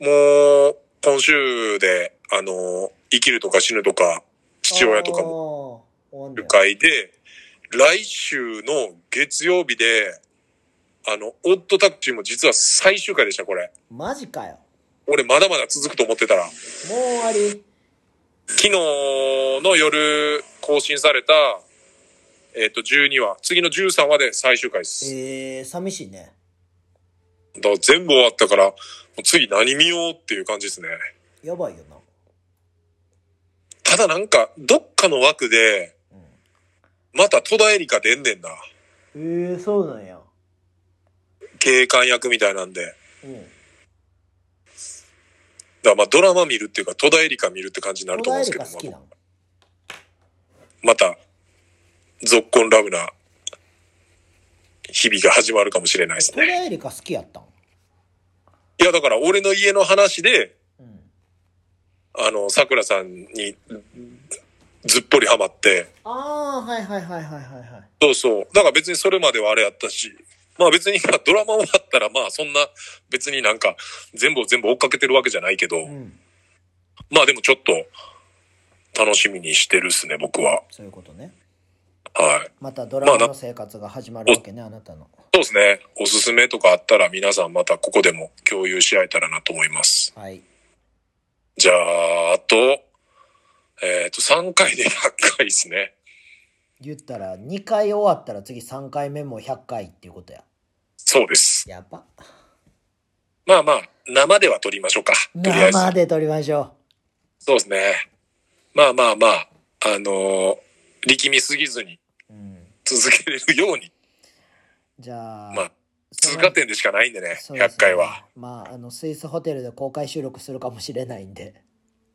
Speaker 2: もう、今週で、あの、生きるとか死ぬとか、父親とかも
Speaker 1: も終わんねや
Speaker 2: 会で、来週の月曜日で、あの、オッドタクシーも実は最終回でした、これ。
Speaker 1: マジかよも
Speaker 2: 俺まだまだ続くと思ってたら。
Speaker 1: う終わり
Speaker 2: 昨日の夜更新された、えっ、と、12話、次の13話で最終回です。
Speaker 1: えー、寂しいね
Speaker 2: だから全部終わったから、もう次何見ようっていう感じですね。
Speaker 1: やばいよな
Speaker 2: ただなんか、どっかの枠で、また戸田恵梨香出んねんな。
Speaker 1: えー、そうなんや
Speaker 2: 警官役みたいなんで。だか
Speaker 1: うん
Speaker 2: らまあドラマ見るっていうか、戸田恵梨香見るって感じになる
Speaker 1: 戸
Speaker 2: と思
Speaker 1: 田
Speaker 2: うん
Speaker 1: 恵
Speaker 2: です
Speaker 1: 梨
Speaker 2: けど
Speaker 1: 香好きな、ん
Speaker 2: また、続婚ラブな日々が始まるかもしれないです
Speaker 1: 戸
Speaker 2: ね。
Speaker 1: 田恵梨香好きやったん
Speaker 2: いや、だから俺の家の話で、
Speaker 1: うん
Speaker 2: あの、桜さんにずっぽりハマって、
Speaker 1: ああーはいはいはいはいはいはい
Speaker 2: そうそう。だから別にそれまではあれやったし、まあ別にまあドラマ終わったらまあそんな別になんか全部を全部追っかけてるわけじゃないけど、
Speaker 1: うん
Speaker 2: まあでもちょっと楽しみにしてるっすね、僕は。
Speaker 1: そういうことね
Speaker 2: はい。
Speaker 1: またドラマの生活が始まるわけねあなたの
Speaker 2: そうですね。おすすめとかあったら皆さんまたここでも共有し合えたらなと思います。
Speaker 1: はい
Speaker 2: じゃあ、あと、えっ、と、3回で100回ですね。
Speaker 1: 言ったら2回終わったら次3回目も100回っていうことや
Speaker 2: そうです。
Speaker 1: やば
Speaker 2: まあまあ、生では撮りましょうか。とりあえず。
Speaker 1: 生で撮りましょ
Speaker 2: そうですね。まあまあまあ、あのー力みすぎずに
Speaker 1: う、うん、
Speaker 2: 続けれるように、
Speaker 1: じゃあ、
Speaker 2: まあ、
Speaker 1: そ
Speaker 2: 通
Speaker 1: の
Speaker 2: 過点でしかないんでね、
Speaker 1: そうですね
Speaker 2: 100回は。
Speaker 1: まああのスイスホテルで公開収録するかもしれないんで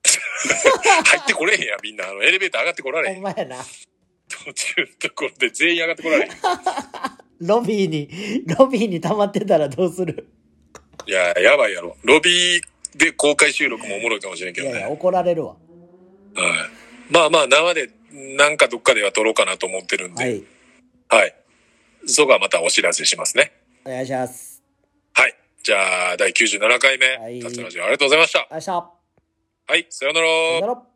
Speaker 2: 入ってこれへんや、みんな。あの、エレベーター上がってこられへ
Speaker 1: ほん
Speaker 2: ん。
Speaker 1: まやな
Speaker 2: 途中のところで全員上がってこられへん。
Speaker 1: ロビーにロビーに溜まってたらどうする
Speaker 2: いや、やばいやろ。ロビーで公開収録もおもろいかもしれん
Speaker 1: い
Speaker 2: けど
Speaker 1: やいや
Speaker 2: ね。
Speaker 1: 怒られるわ
Speaker 2: はい。まあまあ、生で、なんかどっかでは撮ろうかなと思ってるん
Speaker 1: は
Speaker 2: で、
Speaker 1: い
Speaker 2: はい。そこはまたお知らせしますね。
Speaker 1: お願いします
Speaker 2: はい。じゃあ、第97回
Speaker 1: はい
Speaker 2: 目、達ラジオありがとうございました。
Speaker 1: 明日さ
Speaker 2: はい、さようなら
Speaker 1: よなら